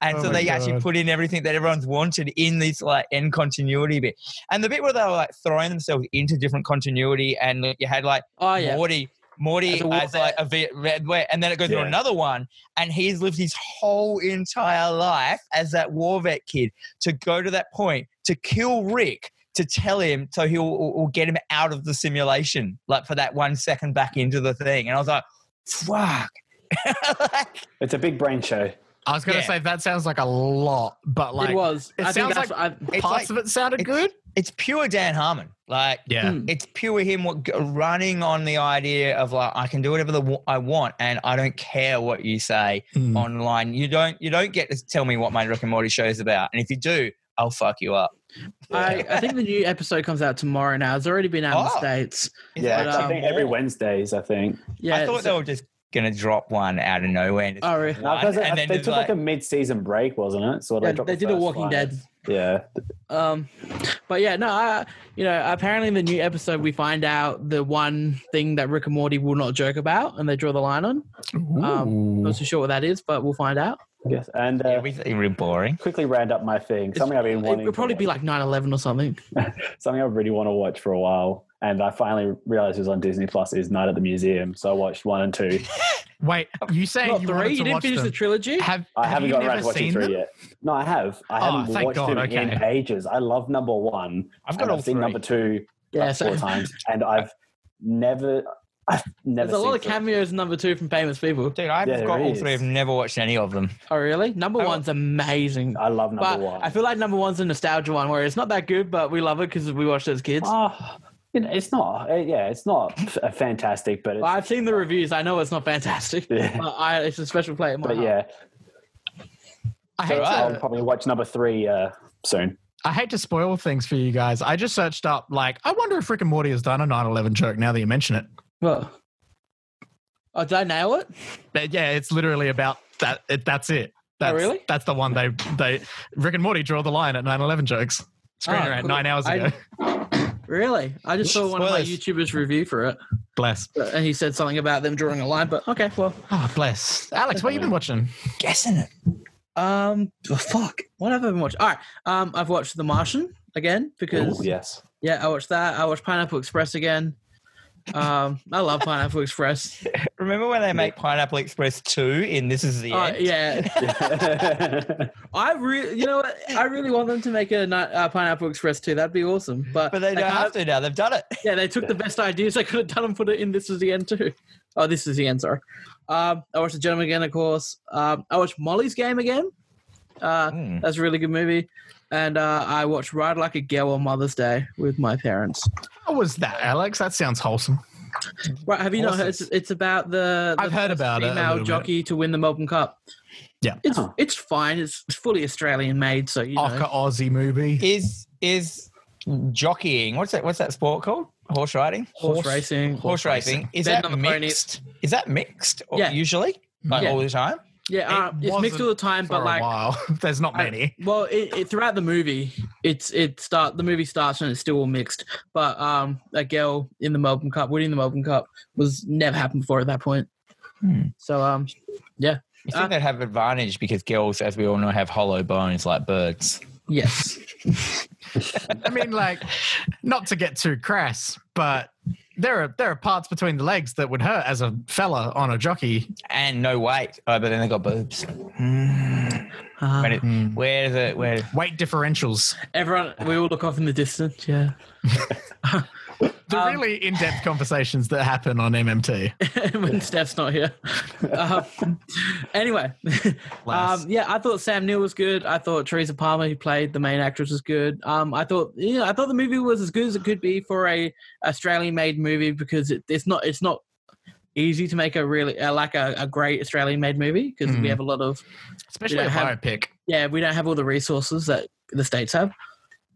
And Oh so my they actually God. put in everything that everyone's wanted in this like end continuity bit. And the bit where they were like throwing themselves into different continuity and you had like oh yeah, Morty. Morty As a as like a Viet Red Vet, and then it goes to Yeah. another one, and he's lived his whole entire life as that war vet kid to go to that point to kill Rick to tell him so he'll will will get him out of the simulation, like for that one second back into the thing. And I was like, fuck. Like, It's a big brain show. I was gonna Yeah. say that sounds like a lot, but like it was. it I sounds think that's like I, it's, parts like- of it sounded it's- good. it's pure Dan Harmon. Like Yeah. Mm. it's pure him what, running on the idea of like I can do whatever the, wa- I want and I don't care what you say. Mm. online. You don't you don't get to tell me what my Rick and Morty show is about. And if you do, I'll fuck you up. I, I think the new episode comes out tomorrow now. It's already been out in the Oh. states. Is Yeah, it But, I um, think every Wednesdays. I think Yeah, I thought so- they were just gonna drop one out of nowhere. And just Oh, really? no, one, because and they, then they just took like, a mid-season break, wasn't it? So yeah, they did a Walking Dead. Yeah, Um, but yeah, no, I, you know, apparently in the new episode we find out the one thing that Rick and Morty will not joke about, and they draw the line on. Mm. Um, Ooh. Not too sure what that is, but we'll find out. yes, Hmm. and. Uh, everything really boring. Quickly round up my thing. Something I've been It wanting. would to probably be watch. like 9-11 or something. something I really want to watch for a while, and I finally realized it was on Disney Plus. Is Night at the Museum, so I watched one and two. Wait, you saying Not you three. wanted You to didn't watch finish the them? trilogy. Have I have haven't you gotten around never to watching seen three them? yet. No, I have. I Oh, haven't thank watched God, them in okay. ages. I love number one. I've and got all I've seen three. number two yeah, like so four times, and I've never. I've never There's a lot seen of Phil. cameos in number two from famous people. Dude, I've Yeah, there got all is. three. I've never watched any of them. Oh, really? Number I- one's amazing. I love number but one. I feel like number one's a nostalgia one where it's not that good, but we love it because we watched it as kids. Ah, you know, it's not. uh, yeah, it's not f- uh, fantastic, but it's, Well, I've seen the reviews. I know it's not fantastic. Yeah. But I, it's a special play. in my but heart. yeah, I so hate, um, I'll to, probably watch number three uh, soon. I hate to spoil things for you guys. I just searched up, like, I wonder if Rick and Morty has done a 9 11 joke now that you mention it. What? Oh, did I nail it? But yeah, it's literally about that. It, that's it. That's, Oh, really? That's the one they, they, Rick and Morty draw the line at 9 11 jokes. Screener Oh, at cool. nine hours ago. I- Really? I just saw one of my Spoilers. YouTubers review for it, bless. but- and he said something about them drawing a line. But okay, well, Oh, bless. Alex, what you been watching? Guessing it. um, oh, fuck. What have I been watching? All right, um, I've watched The Martian again because Ooh, yes. yeah, I watched that. I watched Pineapple Express again. Um, I love Pineapple Express. Remember when they make Pineapple Express 2 in This Is the Uh, End? yeah, I really, you know what? I really want them to make a ni- uh, Pineapple Express too. That'd be awesome. But But they don't can't- have to now. They've done it. Yeah, they took the best ideas they could have done and put it in This Is the End too. Oh, This Is the End, sorry. Um, I watched The Gentleman again, of course. Um, I watched Molly's Game again. Uh, Hmm. that's a really good movie. And uh, I watched Ride Like a Girl on Mother's Day with my parents. How was that, Alex? That sounds wholesome. Right, have you not heard? It's, Horses. it's about the, the I've heard first about it a female little bit. jockey to win the Melbourne Cup. Yeah. Oh, it's Oh. it's fine. It's, it's fully Australian made, so you know. Ocker Aussie movie. Is is jockeying? What's that? What's that sport called? Horse riding. Horse, racing. Horse racing. Is Betting that on the ponies. mixed? Is that mixed? Or Yeah. Usually, like Yeah. all the time. Yeah, It uh, it's mixed wasn't all the time, for but a like while. There's not I- many. Well, it, it, throughout the movie, it's it start the movie starts and it's still all mixed. But um, a girl in the Melbourne Cup, winning the Melbourne Cup, was never happened before at that point. Hmm. So um, You Uh, think they'd have advantage because girls, as we all know, have hollow bones like birds. yes, I mean, like, not to get too crass, but there are there are parts between the legs that would hurt as a fella on a jockey. and no weight. Oh, but then they got boobs. Mm. Uh, When it- where does it? Where? Weight differentials. everyone we all look off in the distance. Yeah, The Um, really in depth conversations that happen on MMT. when Steph's not here. Um, anyway, Bless. um, yeah, I thought Sam Neill was good. I thought Teresa Palmer, who played the main actress, was good. Um, I thought, you know, I thought the movie was as good as it could be for a Australian-made movie because it, it's not, it's not easy to make a really uh, like a, a great Australian-made movie because Mm. we have a lot of Especially we a don't have- biopic. yeah, we don't have all the resources that the states have.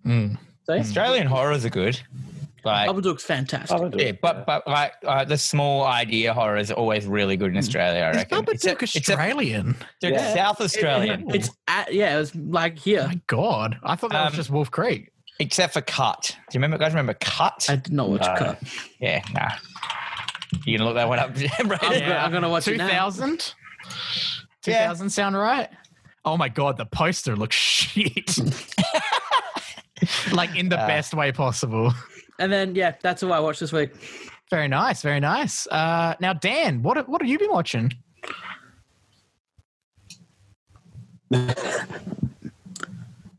Mm. Hmm. So Australian horrors are good. Like Babadook's fantastic. I would do yeah, it, but but like uh, the small idea horrors are always really good in Australia. I Is reckon. Babadook it's a, Australian? dude, Yeah. South Australian, It's at, yeah, it was like here. My God, I thought that Um, was just Wolf Creek. except for Cut. Do you remember? Guys, remember Cut? I did not watch No. Cut. yeah, nah. You can look that one up. Brayden. I'm, gonna, I'm gonna watch it Two now. thousand. Two Yeah. thousand sound right? Oh my God, the poster looks shit. like in the Uh, best way possible. And then yeah, that's all I watched this week. Very nice, very nice. Uh, now, Dan, what what have you been watching?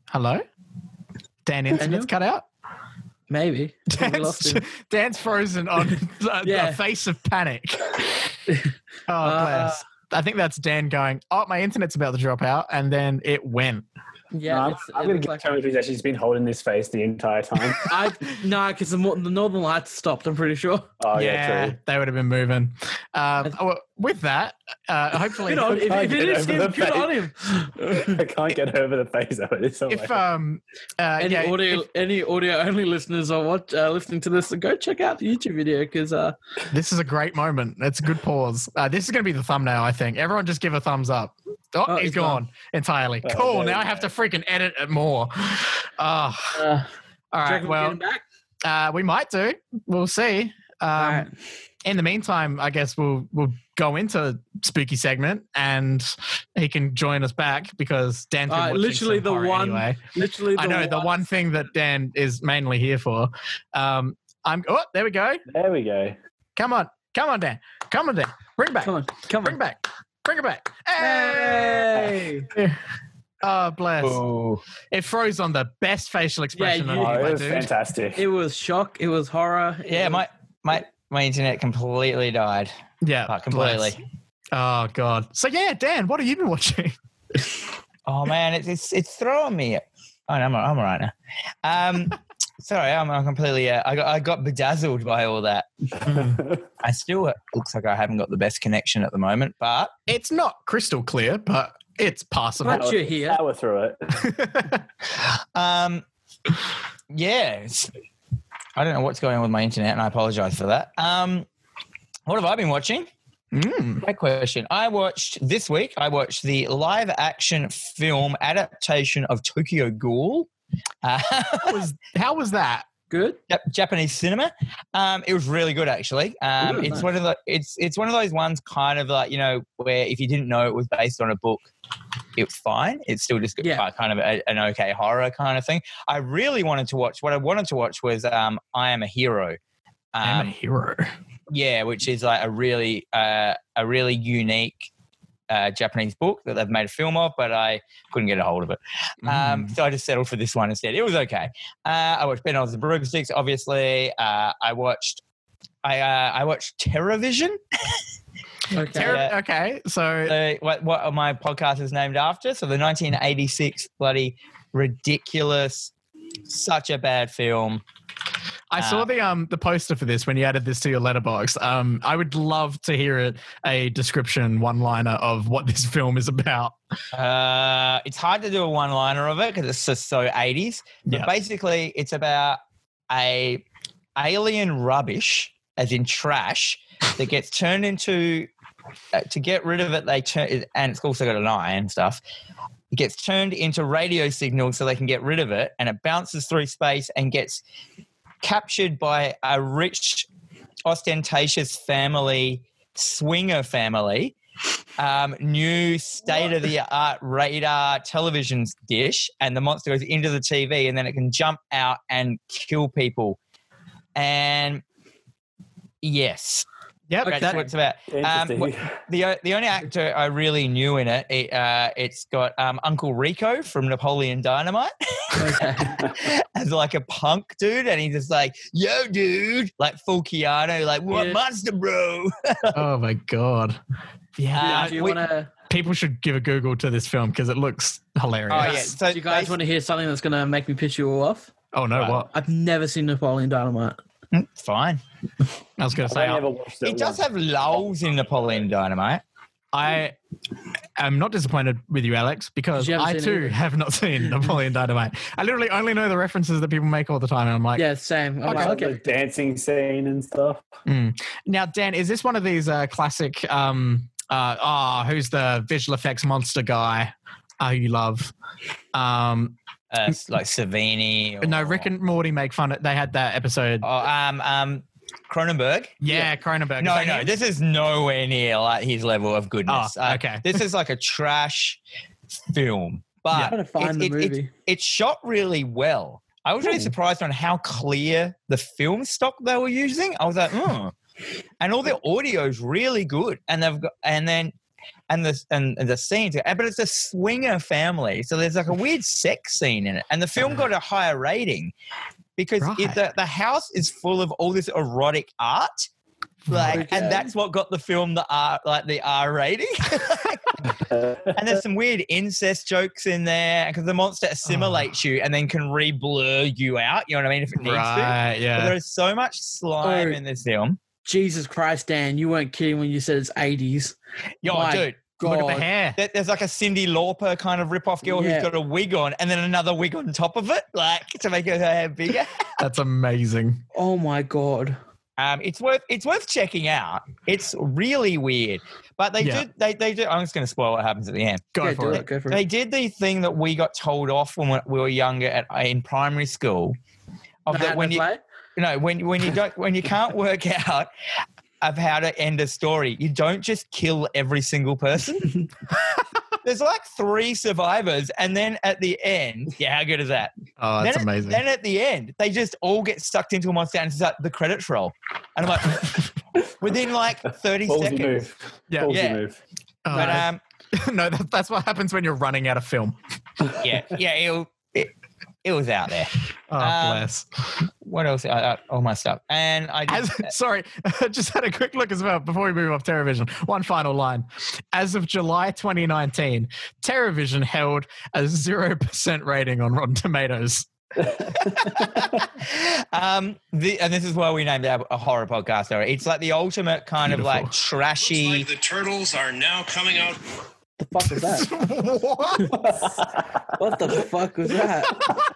Hello, Dan. Internet's cut out. Maybe we lost Dan's, him. Dan's frozen on the, the Yeah. face of panic. Oh, Uh, bless. I think that's Dan going. Oh, my internet's about to drop out, and then it went. Yeah, No, I'm, it's- I'm it going looks to like- get Tony that she's been holding this face the entire time. I no, because the, mo- the northern lights stopped. I'm pretty sure. Oh yeah, true. they would have been moving. Um, well, with that, uh, hopefully, Good on if, I if get it is over him. the Good on him. I can't get over the phase of it. It's so if like- um, uh, Any yeah, audio, any audio only listeners are watch, uh, listening to this, go check out the YouTube video because uh, This is a great moment. That's a good pause. Uh, this is going to be the thumbnail, I think. Everyone just give a thumbs up. Oh, Oh, he's he's gone, entirely. Oh, cool. there Now I we have to freaking edit it more. Oh, uh, do you all right. reckon we'll get Well, him back? uh, we might do. We'll see. Um, All right. In the meantime, I guess we'll we'll go into spooky segment, and he can join us back because Dan. Uh, literally the one- Anyway. literally, the I know the one thing that Dan is mainly here for. Um, I'm. Oh, there we go. there we go. Come on, come on, Dan. Come on, Dan. Bring it back. Come on, come Bring it on. back. Bring it back. Hey! Hey! Oh, bless. Ooh. It froze on the best facial expression you- on Oh, you, Oh, my it was dude. fantastic. It was shock. It was horror. it Yeah, was- my my my internet completely died. Yeah, Uh, completely. bless. Oh god. So yeah, Dan, what have you been watching? Oh man, it's it's, it's throwing me. Oh, no, I'm all- I'm all right now. Um, sorry, I'm, I'm completely. Uh, I got I got bedazzled by all that. I still it looks like I haven't got the best connection at the moment, but It's not crystal clear, but it's passable. But you're here. Power through it. um, yeah, it's- I don't know what's going on with my internet, and I apologize for that. Um, what have I been watching? Mm. Great question. I watched this week. I watched the live action film adaptation of Tokyo Ghoul. Uh, How was how was that? Good. Jap- Japanese cinema. Um, it was really good, actually. Um, Ooh, it's nice. one of the it's it's one of those ones, kind of like you know, where if you didn't know it was based on a book, it's fine. It's still just Yeah. uh, kind of a, an okay horror kind of thing. I really wanted to watch. What I wanted to watch was um, I Am a Hero. I'm a Um, hero. yeah, which is like a really uh, a really unique. Uh, Japanese book that they've made a film of, but I couldn't get a hold of it. Um, Mm. so I just settled for this one instead. It was okay. Uh, I watched Ben Oz and Broomsticks, obviously. Uh, I watched. I, uh, I watched TerraVision, Okay. Terra- yeah. Okay, so the, what, what my podcast is named after. So the 1986 bloody ridiculous, such a bad film. I saw Uh, the um the poster for this when you added this to your letterbox. Um, I would love to hear it, a description one liner of what this film is about. Uh, it's hard to do a one liner of it because it's just so 80s. But Yeah. basically, it's about a alien rubbish, as in trash, that gets turned into. Uh, to get rid of it, they turn, and it's also got an eye and stuff. It gets turned into radio signals so they can get rid of it, and it bounces through space and gets captured by a rich, ostentatious family, swinger family, um, new state of the art radar television dish, and the monster goes into the TV, and then it can jump out and kill people. And yes, Yep. that's Okay. what it's about. Interesting. what- The, o- the only actor I really knew in it, it uh, it's got um, Uncle Rico from Napoleon Dynamite Okay. as like a punk dude, and he's just like, "Yo, dude!" Like full Keanu, like "What Yeah. monster, bro?" oh my god. Yeah. Uh, do you we- want to? people should give a Google to this film because it looks hilarious. Oh Oh, yeah, so do you guys basi- want to hear something that's going to make me piss you all off? Oh, no, Wow. what? I've never seen Napoleon Dynamite. Mm, fine. I was going to say I've only I, ever watched It does once. have lulls in Napoleon Dynamite. I am not disappointed with you, Alex, because You haven't I seen it too either. have not seen Napoleon Dynamite. I literally only know the references that people make all the time, and I'm like, Yeah, same. I'm Okay. like, The okay. dancing scene and stuff. Mm. Now, Dan, is this one of these uh, classic? Um, uh, ah, who's the visual effects monster guy? Oh, you love. Um, Uh, s- like Savini. Or, no, Rick and Morty make fun. Of, they had that episode. Oh, um, um, Cronenberg. yeah, Cronenberg. No, Is that no, him? this is nowhere near like his level of Oh, goodness. Uh, okay. this is like a trash film, but I'm trying to find it- the it- it- movie. it's shot really well. I was really Ooh. surprised on how clear the film stock they were using. I was like, hmm. And all the audio's really good. And they've got and then and the and the scenes, and- but it's a swinger family, so there's like a weird sex scene in it, and the film got a higher rating because Right. it, the, the house is full of all this erotic art, like, Okay. and that's what got the film the R, like the R rating. Uh, and there's some weird incest jokes in there because the monster assimilates you and then can re-blur you out. You know what I mean? If it needs to. right. But Yeah. there is so much slime Oh. in this film. Jesus Christ, Dan, you weren't kidding when you said it's 80s. Yo, My dude, God. Look at the hair. there- there's like a Cindy Lauper kind of rip-off girl Yeah. who's got a wig on and then another wig on top of it, like to make her hair bigger. That's amazing. Oh my God. Um, it's worth it's worth checking out. It's really weird, but they Yeah. do they they do. I'm just going to spoil what happens at the end. Go yeah, do for it. it. Go for They it. did the thing that we got told off when we- we were younger at, in primary school. Of Not how that to when you, play? you know when when you don't when you can't work out of how to end a story, you don't just kill every single person. There's like three survivors, and then at the end, yeah, how good is that? Oh, that's then it- amazing. Then at the end, they just all get sucked into a monster and it's like the credits roll, and I'm like, within like 30 ballsy seconds. move. Yeah. Ballsy Yeah. move. Oh, But um, no, that, that's what happens when you're running out of film. yeah, yeah, it'll, it, it was out there. Oh, Um, bless. What else? Uh, uh, all my stuff. And I As, just, sorry, I just had a quick look as well before we move off TerraVision. One final line. As of July 2019, TerraVision held a 0% rating on Rotten Tomatoes. um, the, and this is why we named our a horror podcast. All right, it's like the ultimate kind of like Beautiful. trashy. Looks like the turtles are now coming out. the fuck was that? what? What the fuck was that?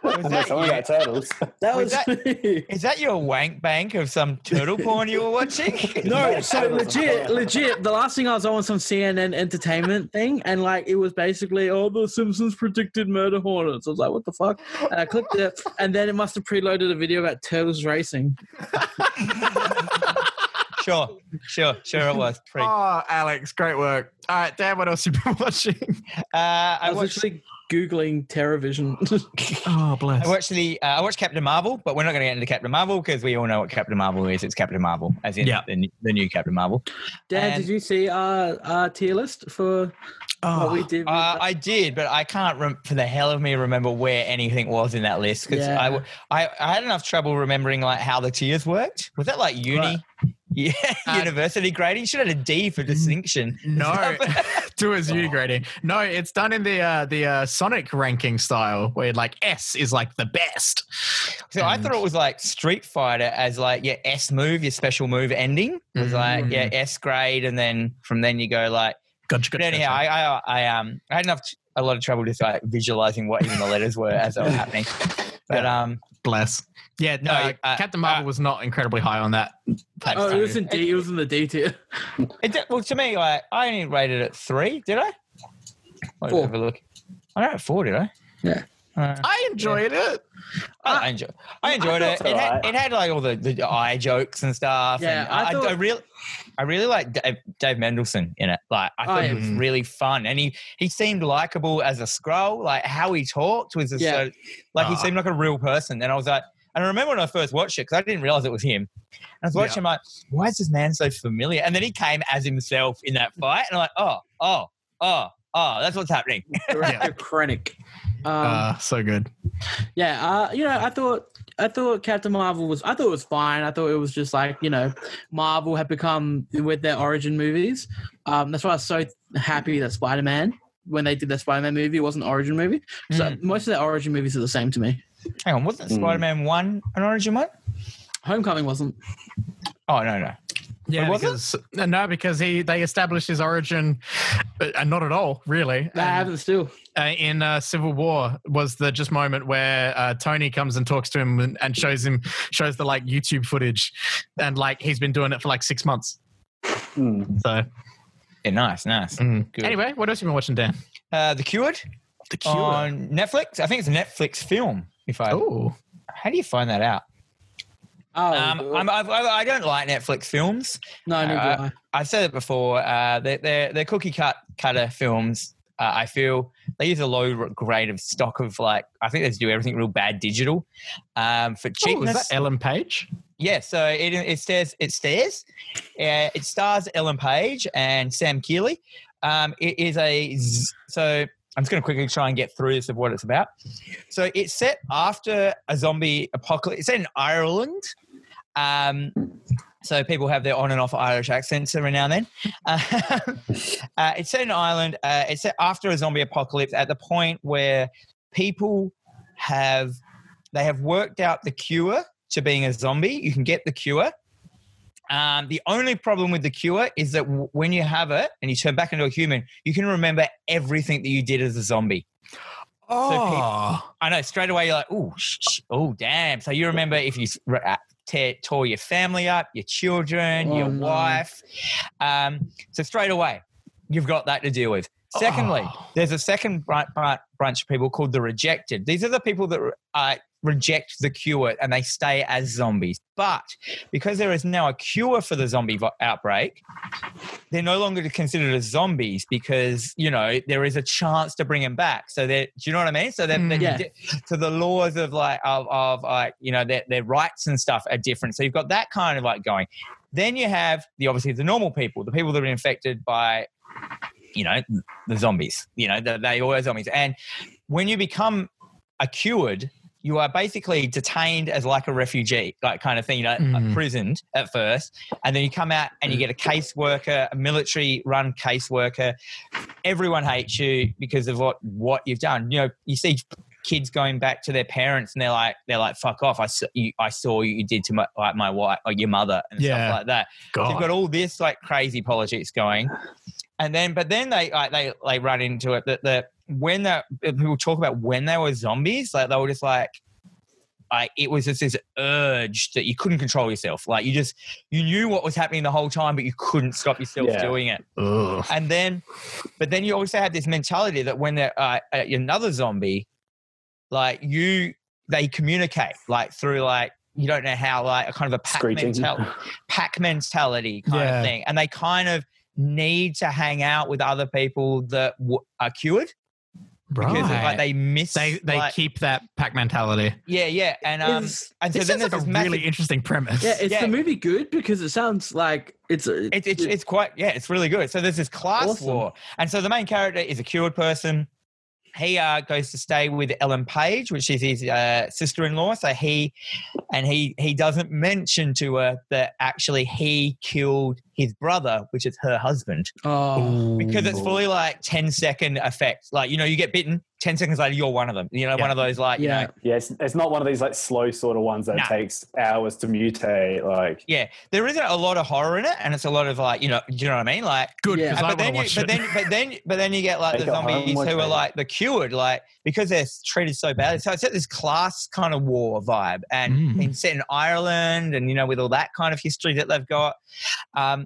was I know that someone you? got turtles. That Was was, me. Is that your wank bank of some turtle porn you were watching? No, so Turtles. legit, legit. The last thing I was on was some CNN entertainment thing, and like it was basically, oh, the Simpsons predicted murder hornets. I was like, what the fuck? And I clicked it, and then it must have preloaded a video about turtles racing. Sure, sure, sure. It was. Freak. Uh, Oh, Alex, great work. All right, Dan, what else you been watching? I, Uh, I was watched. literally googling TerraVision. Oh, I bless. watched the. Uh, I watched Captain Marvel, but we're not going to get into Captain Marvel because we all know what Captain Marvel is. It's Captain Marvel, as in Yeah. the, new- the new Captain Marvel. Dad, And- did you see our, our tier list for what we Oh, did? with- Uh, I did, but I can't rem- for the hell of me remember where anything was in that list because I, w- I I had enough trouble remembering like how the tiers worked. Was that like uni? Right. Yeah, Uh, university grading. You should have had a D for distinction. no. Do as you, Grady. No, it's done in the uh, the uh, Sonic ranking style, where like S is like the best. So I And- thought it was like Street Fighter as like your S move, your special move ending was like yeah S grade, and then from then you go like. Gotcha, But gotcha, anyhow, gotcha. I, I I um I had enough a lot of trouble just like visualizing what even the letters were as they were happening. But um, Bless. Yeah, no, No, uh, Captain Marvel was not incredibly high on that. that oh, it time. was in D. It was in the D tier. it, did- well to me like I only rated it three. Did I? Let me Four. Have a look. I don't four. Did I? Yeah. Uh, I enjoyed it. I, enjoy, I enjoyed I it. thought It so, had, I- it had like all the, the eye jokes and stuff. Yeah, and I I, I, thought- really, I really like Dave, Dave Mendelsohn in it. Like, I Oh, thought yeah. it was really fun, and he he seemed likable as a scroll. Like how he talked was just Yeah. so, like he Ah. seemed like a real person. And I was like, and I remember when I first watched it because I didn't realize it was him. And I was Yeah. watching like, why is this man so familiar? And then he came as himself in that fight, and I'm like, oh, oh, oh, oh, that's what's happening. Yeah. Director Krennic. Um, uh, so good. Yeah, uh, you know, I thought I thought Captain Marvel was I thought it was fine. I thought it was just like you know, Marvel had become with their origin movies. Um, that's why I was so happy that Spider Man when they did their Spider Man movie it wasn't an origin movie. So Mm. most of their origin movies are the same to me. Hang on, wasn't Mm. Spider Man one an origin one? Homecoming wasn't. Oh no no. Yeah, was it? because, uh, no, because he they established his origin, uh, not at all, really. I haven't still. uh, in uh, Civil War was the just moment where uh, Tony comes and talks to him and, and shows him shows the like YouTube footage, and like he's been doing it for like six months. Hmm. So Yeah, nice, nice. mm. Good. anyway, what else you been watching, Dan? Uh, the Cured The Cure. Oh, on Netflix. I think it's a Netflix film. If I oh, how do you find that out? Oh Um, I'm, I've, I I don't like Netflix films. no, neither uh, do I. I've said it before. Uh, they're, they're they're cookie cut cutter films. Uh, I feel they use a low grade of stock of like I think they just do everything real bad digital um, for oh, is cheapness. that Ellen Page? Yeah, so it it stairs it stairs. Uh, it stars Ellen Page and Sam Keeley. Um, it is a z- so I'm just going to quickly try and get through this of what it's about. So it's set after a zombie apocalypse. It's set in Ireland. Um, so people have their on and off Irish accents every now and then. Uh, uh, it's set in Ireland. Uh, it's set after a zombie apocalypse at the point where people have they have worked out the cure to being a zombie. You can get the cure. Um, the only problem with the cure is that w- when you have it and you turn back into a human, you can remember everything that you did as a zombie. Oh, I know straight away you're like, oh, oh, damn. So you remember if you s- re- uh, tear, tore your family up, your children, Oh, your no. wife. Um, so straight away, you've got that to deal with. Secondly, Oh. there's a second br- br- branch of people called the rejected. These are the people that re- uh, reject the cure and they stay as zombies. But because there is now a cure for the zombie vo- outbreak, they're no longer considered as zombies because you know there is a chance to bring them back. So they, do you know what I mean? So they're, Mm. they're Yeah. so the laws of like of, of like you know their, their rights and stuff are different. So you've got that kind of like going. Then you have the obviously the normal people, the people that are infected by you know the zombies. You know the, they all are zombies. And when you become a cured, you are basically detained as like a refugee, like kind of thing, you know, Mm. imprisoned at first, and then you come out and you get a caseworker, a military-run caseworker. Everyone hates you because of what what you've done. You know, you see kids going back to their parents and they're like they're like fuck off i saw you, I saw what you did to my like my wife like your mother and Yeah. stuff like that so God. you've got all this like crazy politics going, and then but then they like they they run into it that the when the people talk about when they were zombies, like they were just like. Like it was just this urge that you couldn't control yourself. Like you just you knew what was happening the whole time, but you couldn't stop yourself Yeah. doing it. Ugh. And then, but then you also had this mentality that when they're uh, uh, another zombie, like you, they communicate like through like you don't know how like a kind of a pack Screeching. mentality pack mentality kind Yeah. of thing, and they kind of need to hang out with other people that w- are cured because Right. like they miss they they like- keep that pack mentality. yeah yeah and um Is- and so this then sounds there's like this a massive, really interesting premise. Yeah, is Yeah. the movie good? Because it sounds like it's uh, a, it's, it's it's quite yeah it's really good so there's this class Awesome. war and so the main character is a cured person he uh, goes to stay with Ellen Page, which is his uh, sister-in-law. So he and he he doesn't mention to her that actually he killed his brother, which is her husband. oh, because it's fully like 10 second effect like you know you get bitten 10 seconds later you're one of them you know Yeah. one of those like you yeah. know Yeah, it's, it's not one of these like slow sort of ones that Nah. takes hours to mutate. Like, yeah there isn't a lot of horror in it and it's a lot of like you know do you know what i mean like Good, Yeah. because and- I but want to then, you, watch but it. then, but then, but then you get like Take the it home, zombies watch who are it. like the cured, like because they're treated so badly. So it's at this class kind of war vibe, and Mm. it's set in Ireland, and you know with all that kind of history that they've got. Um,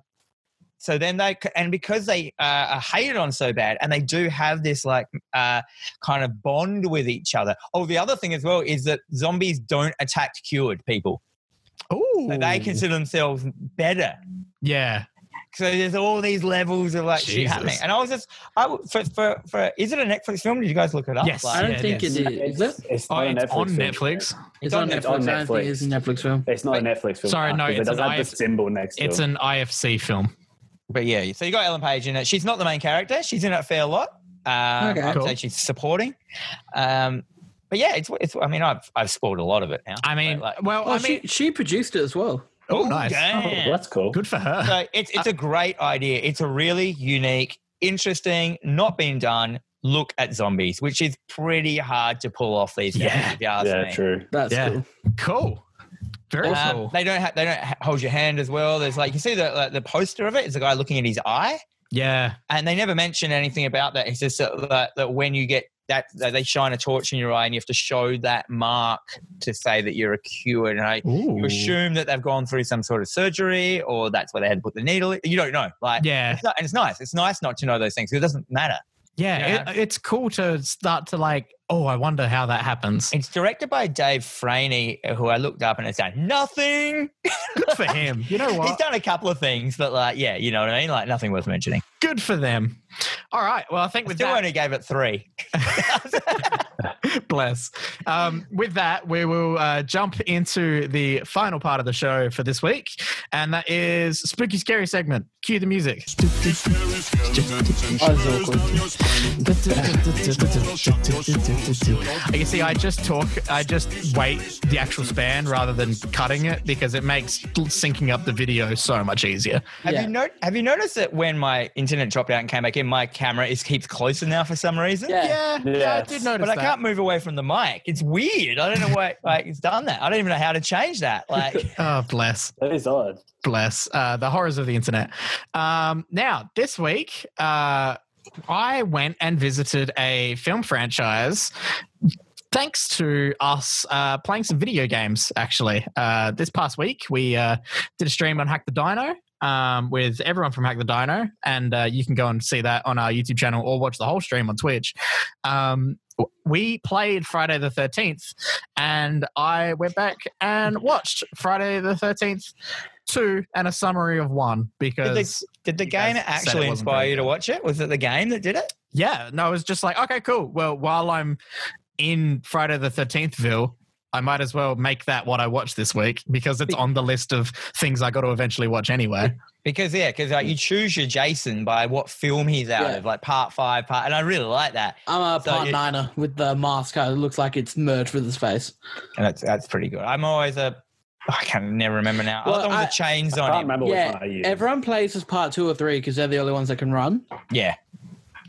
so then they c- and because they uh, are hated on so bad, and they do have this like uh, kind of bond with each other. Oh, the other thing as well is that zombies don't attack cured people; Ooh. so they consider themselves better yeah. so there's all these levels of like shit Jesus. happening, and I was just, I w- for for for is it a Netflix film? Did you guys look it up? Yes. I don't Yeah, it think is. it is. Is it's, it? it's Oh, it's not a Netflix on film. Netflix. It's on Netflix. it's on I don't think Netflix. it's a Netflix film. It's not a Netflix film. Sorry, no, because it's it doesn't an have IF the symbol next to It's it. an IFC film. But yeah, so you got Ellen Page in it. She's not the main character. She's in it a fair lot. Um, Okay. I'd Cool. say she's supporting. Um, but yeah, it's it's. I mean, I've I've spoiled a lot of it now. I mean, But, like- well, Oh, I mean, she, she produced it as well. oh, Ooh, nice. Oh, damn. well, that's cool. Good for her. so it's it's a great idea. It's a really unique, interesting, not been done look at zombies, which is pretty hard to pull off these days. Yeah. if you ask Yeah, me. true. That's Yeah. cool. Cool. Very Um, cool. they don't ha- they don't ha- hold your hand as well. There's like you see the like, the poster of it. It's a guy looking at his eye, yeah. and they never mention anything about that. It's just that, that, that when you get that, that they shine a torch in your eye, and you have to show that mark to say that you're a cured. And I Ooh. you assume that they've gone through some sort of surgery, or that's where they had to put the needle. in. You don't know, like. Yeah. It's not, and it's nice. It's nice not to know those things. 'cause It doesn't matter. Yeah. Yeah. It, it's cool to start to like, oh, I wonder how that happens. It's directed by Dave Franey, who I looked up and it's done nothing. Good for him. You know He's what? done a couple of things, but like, yeah, you know what I mean. Like nothing worth mentioning. Good for them. All right. Well, I think We with still that, only gave it three. Bless. Um, with that, we will uh, jump into the final part of the show for this week, and that is spooky scary segment. Cue the music. You see, I just talk, I just wait the actual span rather than cutting it because it makes syncing up the video so much easier. Have Yeah. you no- Have you noticed that when my internet dropped out and came back in, my camera is keeps closer now for some reason? Yeah. Yeah, yeah, I Yes. did notice But I that. can't move away from the mic. It's weird. I don't know why like it's done that. I don't even know how to change that. Like Oh, bless. That is odd. bless uh, the horrors of the internet. Um, now, this week, uh, I went and visited a film franchise. Thanks to us uh, playing some video games, actually. Uh, this past week, we uh, did a stream on Hack the Dino um, with everyone from Hack the Dino, and uh, you can go and see that on our YouTube channel or watch the whole stream on Twitch. Um, w- we played Friday the 13th, and I went back and watched Friday the 13th two and a summary of one because did the You guys game said it actually wasn't inspire very you to good. watch it? Was it the game that did it? yeah no it was just like okay cool well while i'm in friday the 13thville I might as well make that what I watch this week because it's on the list of things I got to eventually watch anyway. Because yeah, because like you choose your Jason by what film he's out Yeah. of, like part five, part, and I really like that, I'm a So part you- niner with the mask. It looks like it's merged with his face. and that's that's pretty good. I'm always a, I can never remember now. Well, I thought it was I- the chains I on can't him. remember Yeah, which one I used. Everyone plays as part two or three because they're the only ones that can run. Yeah,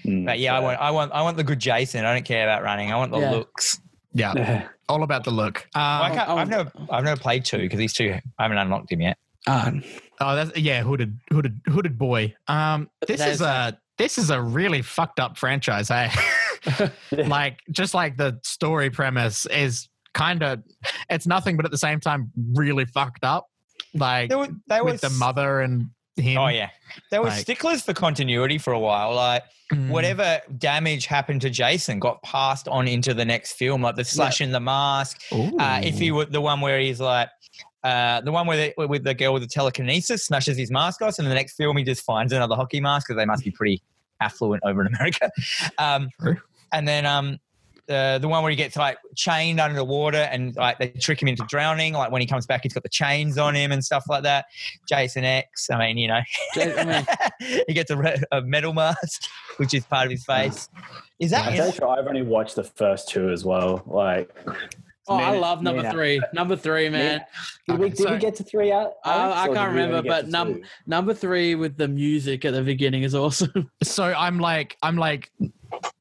Mm, but yeah, I want, I want, I want the good Jason. I don't care about running. I want the Yeah. looks. Yeah, yeah. all about the look. Well, I Um, can't, I I've want- never, I've never played two because these two, I haven't unlocked him yet. Uh, oh, that's yeah, hooded, hooded, hooded boy. Um, this That is is a this is a really fucked up franchise. Hey, like just like the story premise is kind of it's nothing, but at the same time, really fucked up. Like They were, they were with the mother and him. Oh yeah, they were Like- sticklers for continuity for a while. Like Mm. whatever damage happened to Jason got passed on into the next film, like the slash in the mask. Uh, if he were the one where he's like. Uh, the one where the, with the girl with the telekinesis smashes his mask off, and in the next film he just finds another hockey mask because they must be pretty affluent over in America. Um, True. and then um, uh, the one where he gets like chained under the water and like they trick him into drowning. Like when he comes back, he's got the chains on him and stuff like that. Jason X. I mean, you know, J- I mean, he gets a, re- a metal mask, which is part of his face. Is that? I'm is- pretty sure I've only watched the first two as well. Like, oh, I Me- love number me and- three. Number three, man. Did, we, Okay, did so- we get to three out? Uh, Alex, I or can't did we only remember, get but to num- two? Number three with the music at the beginning is awesome. so I'm like, I'm like,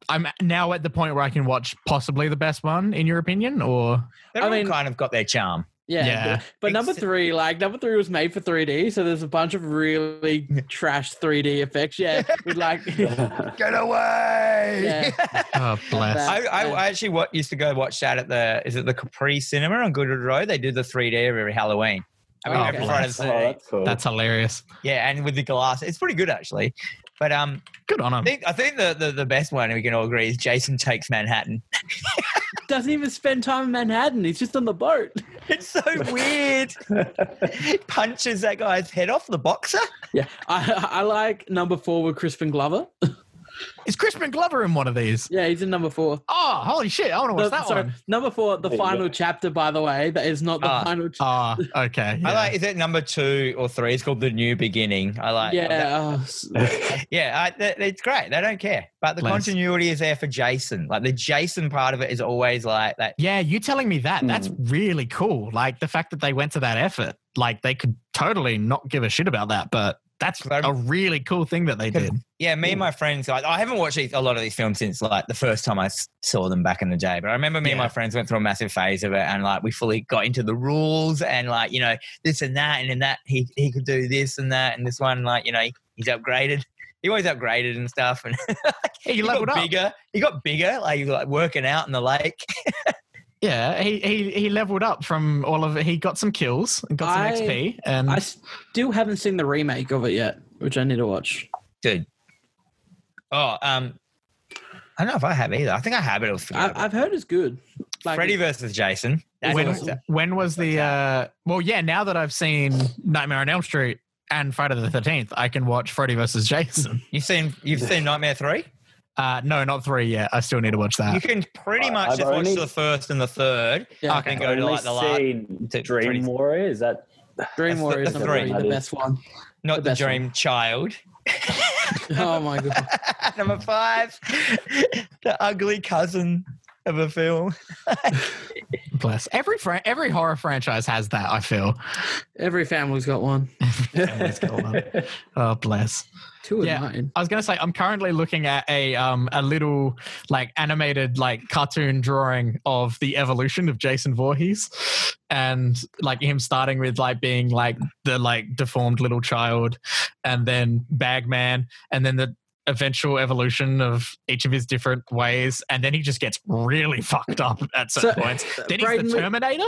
I'm now at the point where I can watch possibly the best one, in your opinion, or oh, They've I all mean- kind of got their charm. yeah. Yeah. But number three, like number three was made for 3D, so there's a bunch of really trash 3D effects. Yeah. With like Get away! Yeah. oh bless. I, I, I actually wa used to go watch that at the is it the Capri Cinema on Goodwood Road? They do the 3D every Halloween. I mean, Oh, every bless. Friday Oh, the 13th. that's cool. That's hilarious. Yeah, and with the glass, it's pretty good actually. But um, Good on I him. think I think the, the, the best one we can all agree is Jason Takes Manhattan. doesn't even spend time in Manhattan. He's just on the boat. It's so weird. Punches that guy's head off the boxer. Yeah. I, I like number four with Crispin Glover. Is Crispin Glover in one of these? Yeah, he's in number four. Oh, holy shit! I want to watch No, that sorry, one. number four, the There you final go. chapter, by the way, that is not the Ah. final chapter. Ah, okay. yeah. I like. Is it number two or three? It's called the New Beginning. I like. yeah, that- oh, s- yeah. I, that, it's great. They don't care, but the Nice. continuity is there for Jason. Like the Jason part of it is always like that. Yeah, you telling me that? That's Hmm. really cool. Like the fact that they went to that effort. Like they could totally not give a shit about that, but that's But a I'm- really cool thing that they did. Yeah, me and my friends. Like, I haven't watched these- a lot of these films since like the first time I s- saw them back in the day. But I remember me and my Yeah. friends went through a massive phase of it, and like we fully got into the rules and like you know this and that, and then that he he could do this and that, and this one like you know he's upgraded. He always upgraded and stuff, and He, he leveled got up. bigger. He got bigger, like he was like working out in the lake. Yeah, he, he he leveled up from all of it. He got some kills and got some I- XP. And I still haven't seen the remake of it yet, which I need to watch. dude. Oh, um, I don't know if I have either. I think I have it. It was I, I've heard it's good. Like, Freddy versus Jason. That's when always- when was the? uh Well, yeah. Now that I've seen Nightmare on Elm Street and Friday the Thirteenth, I can watch Freddy versus Jason. you've seen you've seen Nightmare Three. Uh No, not three yet. I still need to watch You that. can pretty I- much I've just watch only- the first and the third. Yeah, Okay. Okay. And go to Only like the last, seen to Dream 20. Warrior. Is that Dream the- Warrior is the number three. three, the That is- best one. not the the, best Dream Child. Oh my god. Number five, the ugly cousin of a film. Bless every fran- every horror franchise has that. I feel. Every family's got one. Everyone's got one. Oh bless. Two of Yeah. mine. I was gonna say I'm currently looking at a um a little like animated like cartoon drawing of the evolution of Jason Voorhees, and like him starting with like being like the like deformed little child, and then Bagman, and then the eventual evolution of each of his different ways, and then he just gets really fucked up at certain So- uh, points. Then he's Braden, the Terminator.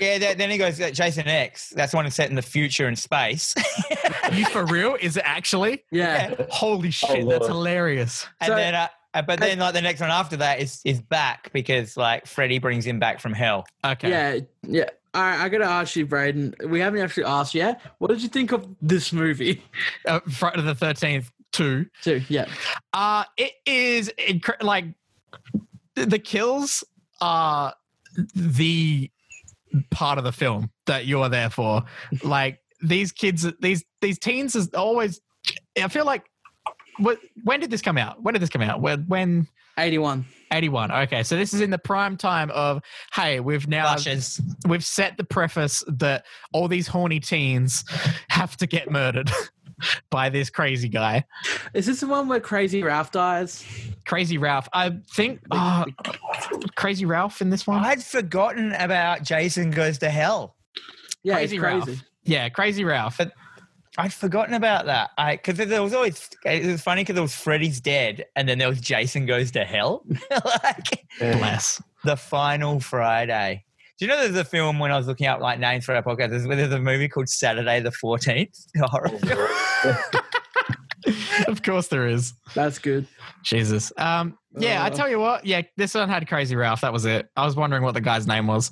Yeah, that, then he goes uh, Jason X. That's one set in the future in space. Are you for real? Is it actually? Yeah. Holy shit, Lord. that's hilarious. and So- then, uh, uh, but then like the next one after that is is back because like Freddy brings him back from hell. Okay. Yeah. Yeah. All right, I gotta ask you, Braden. We haven't actually asked yet. What did you think of this movie? Uh, Friday the Thirteenth Two. Two, yeah. Uh it is incre- like th- the kills are the part of the film that you're there for. Like these kids, these these teens is always. I feel like. wh- When did this come out? When did this come out? When, when 81. 81. Okay, so this is in the prime time of hey, we've now Flashes. we've set the preface that all these horny teens have to get murdered by this crazy guy. Is this the one where Crazy Ralph dies? Crazy Ralph. I think oh, Crazy Ralph in this one. I'd forgotten about Jason Goes to Hell. Yeah, Crazy it's Ralph. crazy. Yeah, Crazy Ralph. I'd forgotten about that. I because there was always it was funny because there was Freddy's dead, and then there was Jason Goes to Hell. like Bless. the final Friday. Do you know there's a film when I was looking up like names for our podcast? There's, there's a movie called Saturday the 14th. a horror film. of course there is. That's good. Jesus. Um, yeah, I Uh. tell you what. Yeah, this one had Crazy Ralph. That was it. I was wondering what the guy's name was.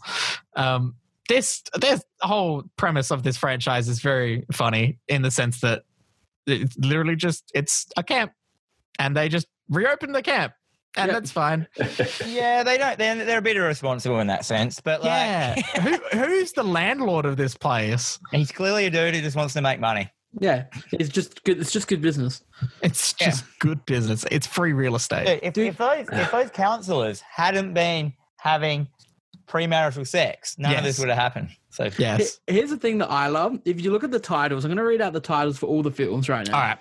Um, this this whole premise of this franchise is very funny in the sense that it's literally just it's a camp, and they just reopen the camp, and Yep. that's fine. yeah, they don't. They're, they're a bit irresponsible in that sense, but like yeah. Who, who's the landlord of this place? he's clearly a dude who just wants to make money. Yeah, it's just good. It's just good business. It's Yeah. just good business. It's free real estate. Dude, if, Dude. if those if those counselors hadn't been having premarital sex, none of this Yes. would have happened. So Yes. He- Here's the thing that I love. If you look at the titles, I'm going to read out the titles for all the films right now. All right.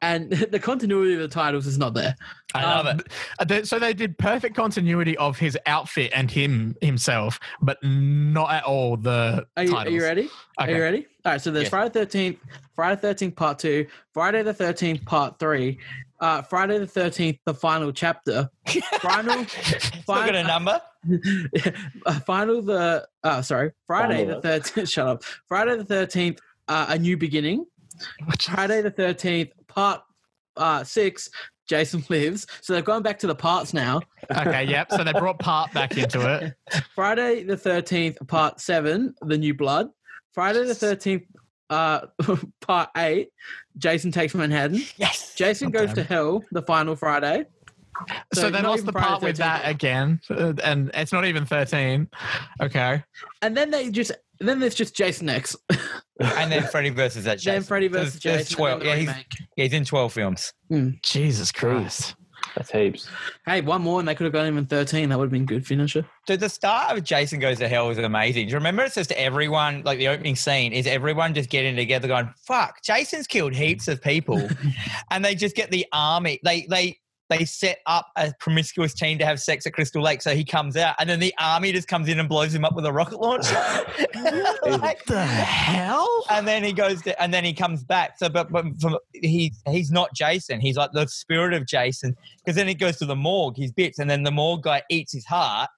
And the continuity of the titles is not there. I Um, love it. Uh, they- So they did perfect continuity of his outfit and him himself, but not at all the Are you, are titles. you ready? Are Okay. you ready? All right. So there's Yes. Friday the Thirteenth, Friday the Thirteenth Part Two, Friday the Thirteenth Part Three, uh, Friday the Thirteenth The Final Chapter, final, still got a number. uh, final the uh, sorry Friday Final the Thirteenth. Shut up. Friday the Thirteenth uh, A New Beginning, Friday the Thirteenth Part uh, Six. Jason lives. So they've gone back to the parts now. Okay, yep. So they brought part back into it. Friday the 13th, part seven, The New Blood. Friday the 13th, uh, part eight, Jason Takes Manhattan. Yes. Jason Goes to Hell, The Final Friday. So, they not lost even the Friday part with 13th. that again, uh, and it's not even thirteen. Okay, And then they just, then there's just Jason X. And then Freddy versus that. Then Jason. Freddy There's- versus there's Jason. and twelve. then the Yeah, he's, remake. yeah, he's in twelve films. Jesus Christ! That's heaps. Hey, one more and they could have gone even 13. That would have been good finisher. Dude, the start of Jason Goes to Hell is amazing. Do you remember it's just everyone, like the opening scene is everyone just getting together going, fuck, Jason's killed heaps of people. and they just get the army. They, they, they set up a promiscuous team to have sex at Crystal Lake. So he comes out and then the army just comes in and blows him up with a rocket launcher. Like, The hell? and then he goes to, and then he comes back. So, but, but from, he he's not Jason. He's like the spirit of Jason because then he goes to the morgue, his bits, and then the morgue guy eats his heart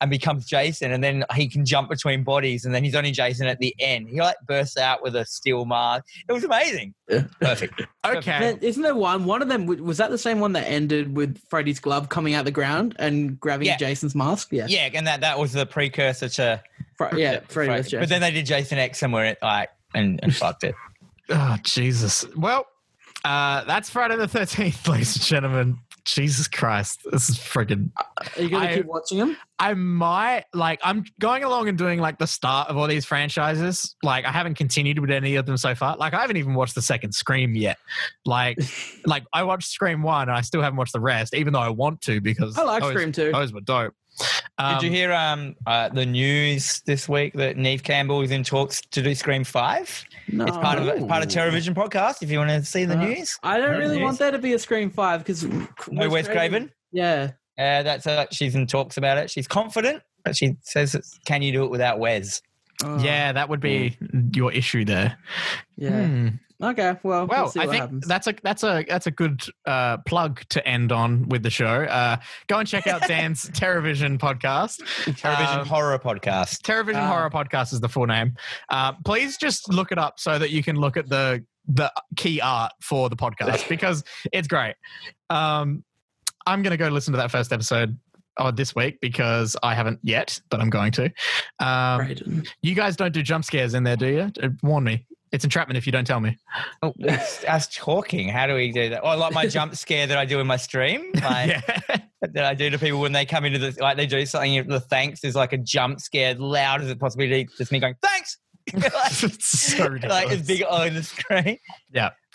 and becomes Jason, and then he can jump between bodies, and then he's only Jason at the end. He like bursts out with a steel mask. It was amazing. Yeah. Perfect. Okay, Then, isn't there one? One of them, w- was that the same one that ended with Freddy's glove coming out the ground and grabbing Yeah. Jason's mask? Yeah. Yeah, and that that was the precursor to. Fr- yeah, Freddy versus Jason. But then they did Jason X somewhere like and, and fucked it. Oh, Jesus. Well, uh, that's Friday the 13th, ladies and gentlemen. Jesus Christ. This is freaking. Are you going to I- keep watching them? I might, like, I'm going along and doing, like, the start of all these franchises. Like, I haven't continued with any of them so far. Like, I haven't even watched the second Scream yet. Like, like I watched Scream 1 and I still haven't watched the rest, even though I want to because I oh, like those, Scream too. those were dope. Um, Did you hear um uh, the news this week that Neve Campbell is in talks to do Scream Five? No. It's part of it's part of Oh. Terrorvision podcast. If you want to see the Uh-huh. Uh, news, I don't really Yes. want there to be a Scream Five because no Wes Craven. Yeah, Uh, that's uh, she's in talks about it. She's confident, but she says, it's, "Can you do it without Wes?" Oh, yeah, that would be your issue there. yeah. Hmm. Okay, well, we'll Well, see I what think happens. that's a that's a that's a good uh, plug to end on with the show. Uh, go and check out Dan's Terrorvision podcast. Terrorvision Um, horror podcast. Terrorvision Ah. Horror Podcast is the full name. Uh, please just look it up so that you can look at the the key art for the podcast because it's great. Um, I'm gonna go listen to that first episode. Oh, this week because I haven't yet, but I'm going to. Um, Brayden. You guys don't do jump scares in there, do you? Uh, Warn me. It's entrapment if you don't tell me. Oh, it's us talking. How do we do that? Oh, like my jump scare that I do in my stream, like, yeah. that I do to people when they come into the like they do something. The thanks is like a jump scare, loud as it possibly is. Just me going thanks, like, it's so ridiculous. like it's big on the screen.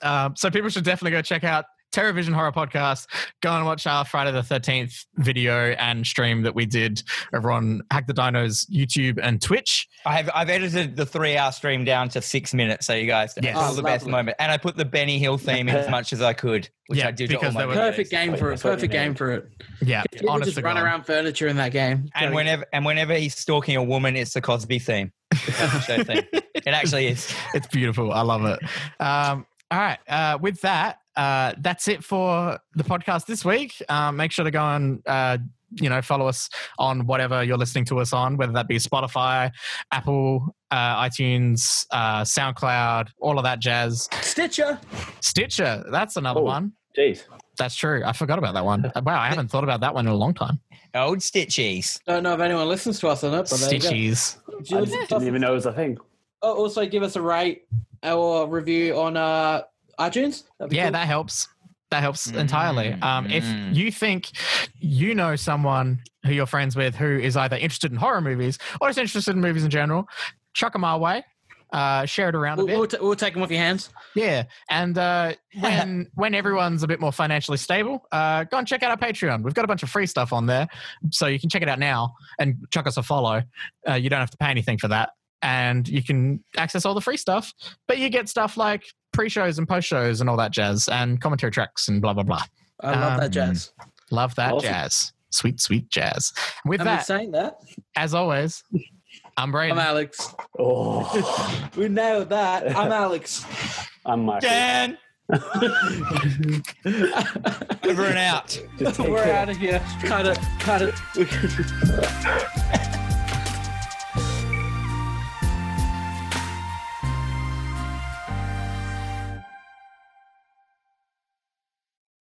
Um, so people should definitely go check out Terrorvision Horror Podcast. Go and watch our Friday the 13th video and stream that we did over on Hack the Dinos YouTube and Twitch. I've I've edited the three hour stream down to six minutes, so you guys can Yes. all the Oh, best lovely. moment. And I put the Benny Hill theme in as much as I could, which Yeah, I did to all because my they were- videos. Perfect game for it. That's what you Perfect game need. for it. Yeah, People honest just to run God. around furniture in that game. And Gotta- whenever and whenever he's stalking a woman, it's the Cosby theme. Show theme. It actually is. It's beautiful. I love it. Um, all right. Uh, with that, uh, that's it for the podcast this week. Um, make sure to go and uh, you know follow us on whatever you're listening to us on, whether that be Spotify, Apple, uh, iTunes, uh, SoundCloud, all of that jazz. Stitcher. Stitcher. That's another Oh. one. Jeez. That's true. I forgot about that one. Wow, I haven't thought about that one in a long time. Old Stitchies. Don't know if anyone listens to us or not, but there you go. Stitchies. Did you I listen to didn't us? even know it was a thing. Oh, also, give us a rate or review on uh, iTunes. That'd be Yeah, cool. that helps. That helps entirely. Mm, Um, mm. If you think you know someone who you're friends with who is either interested in horror movies or is interested in movies in general, chuck them our way. Uh, share it around We'll, a bit. we'll, ta- we'll take them off your hands. yeah, and uh, when when everyone's a bit more financially stable, uh, go and check out our Patreon. We've got a bunch of free stuff on there, so you can check it out now and chuck us a follow. Uh, you don't have to pay anything for that, and you can access all the free stuff. But you get stuff like pre-shows and post-shows and all that jazz, and commentary tracks and blah blah blah. I love Um, that jazz. Love that Awesome. jazz, sweet sweet jazz. And with I'm that, just saying that. as always, I'm I'm Braden. Alex. Oh, We nailed that. I'm Alex. I'm Michael. Dan, over and out. Just take We're care. out of here. Cut it. Cut it.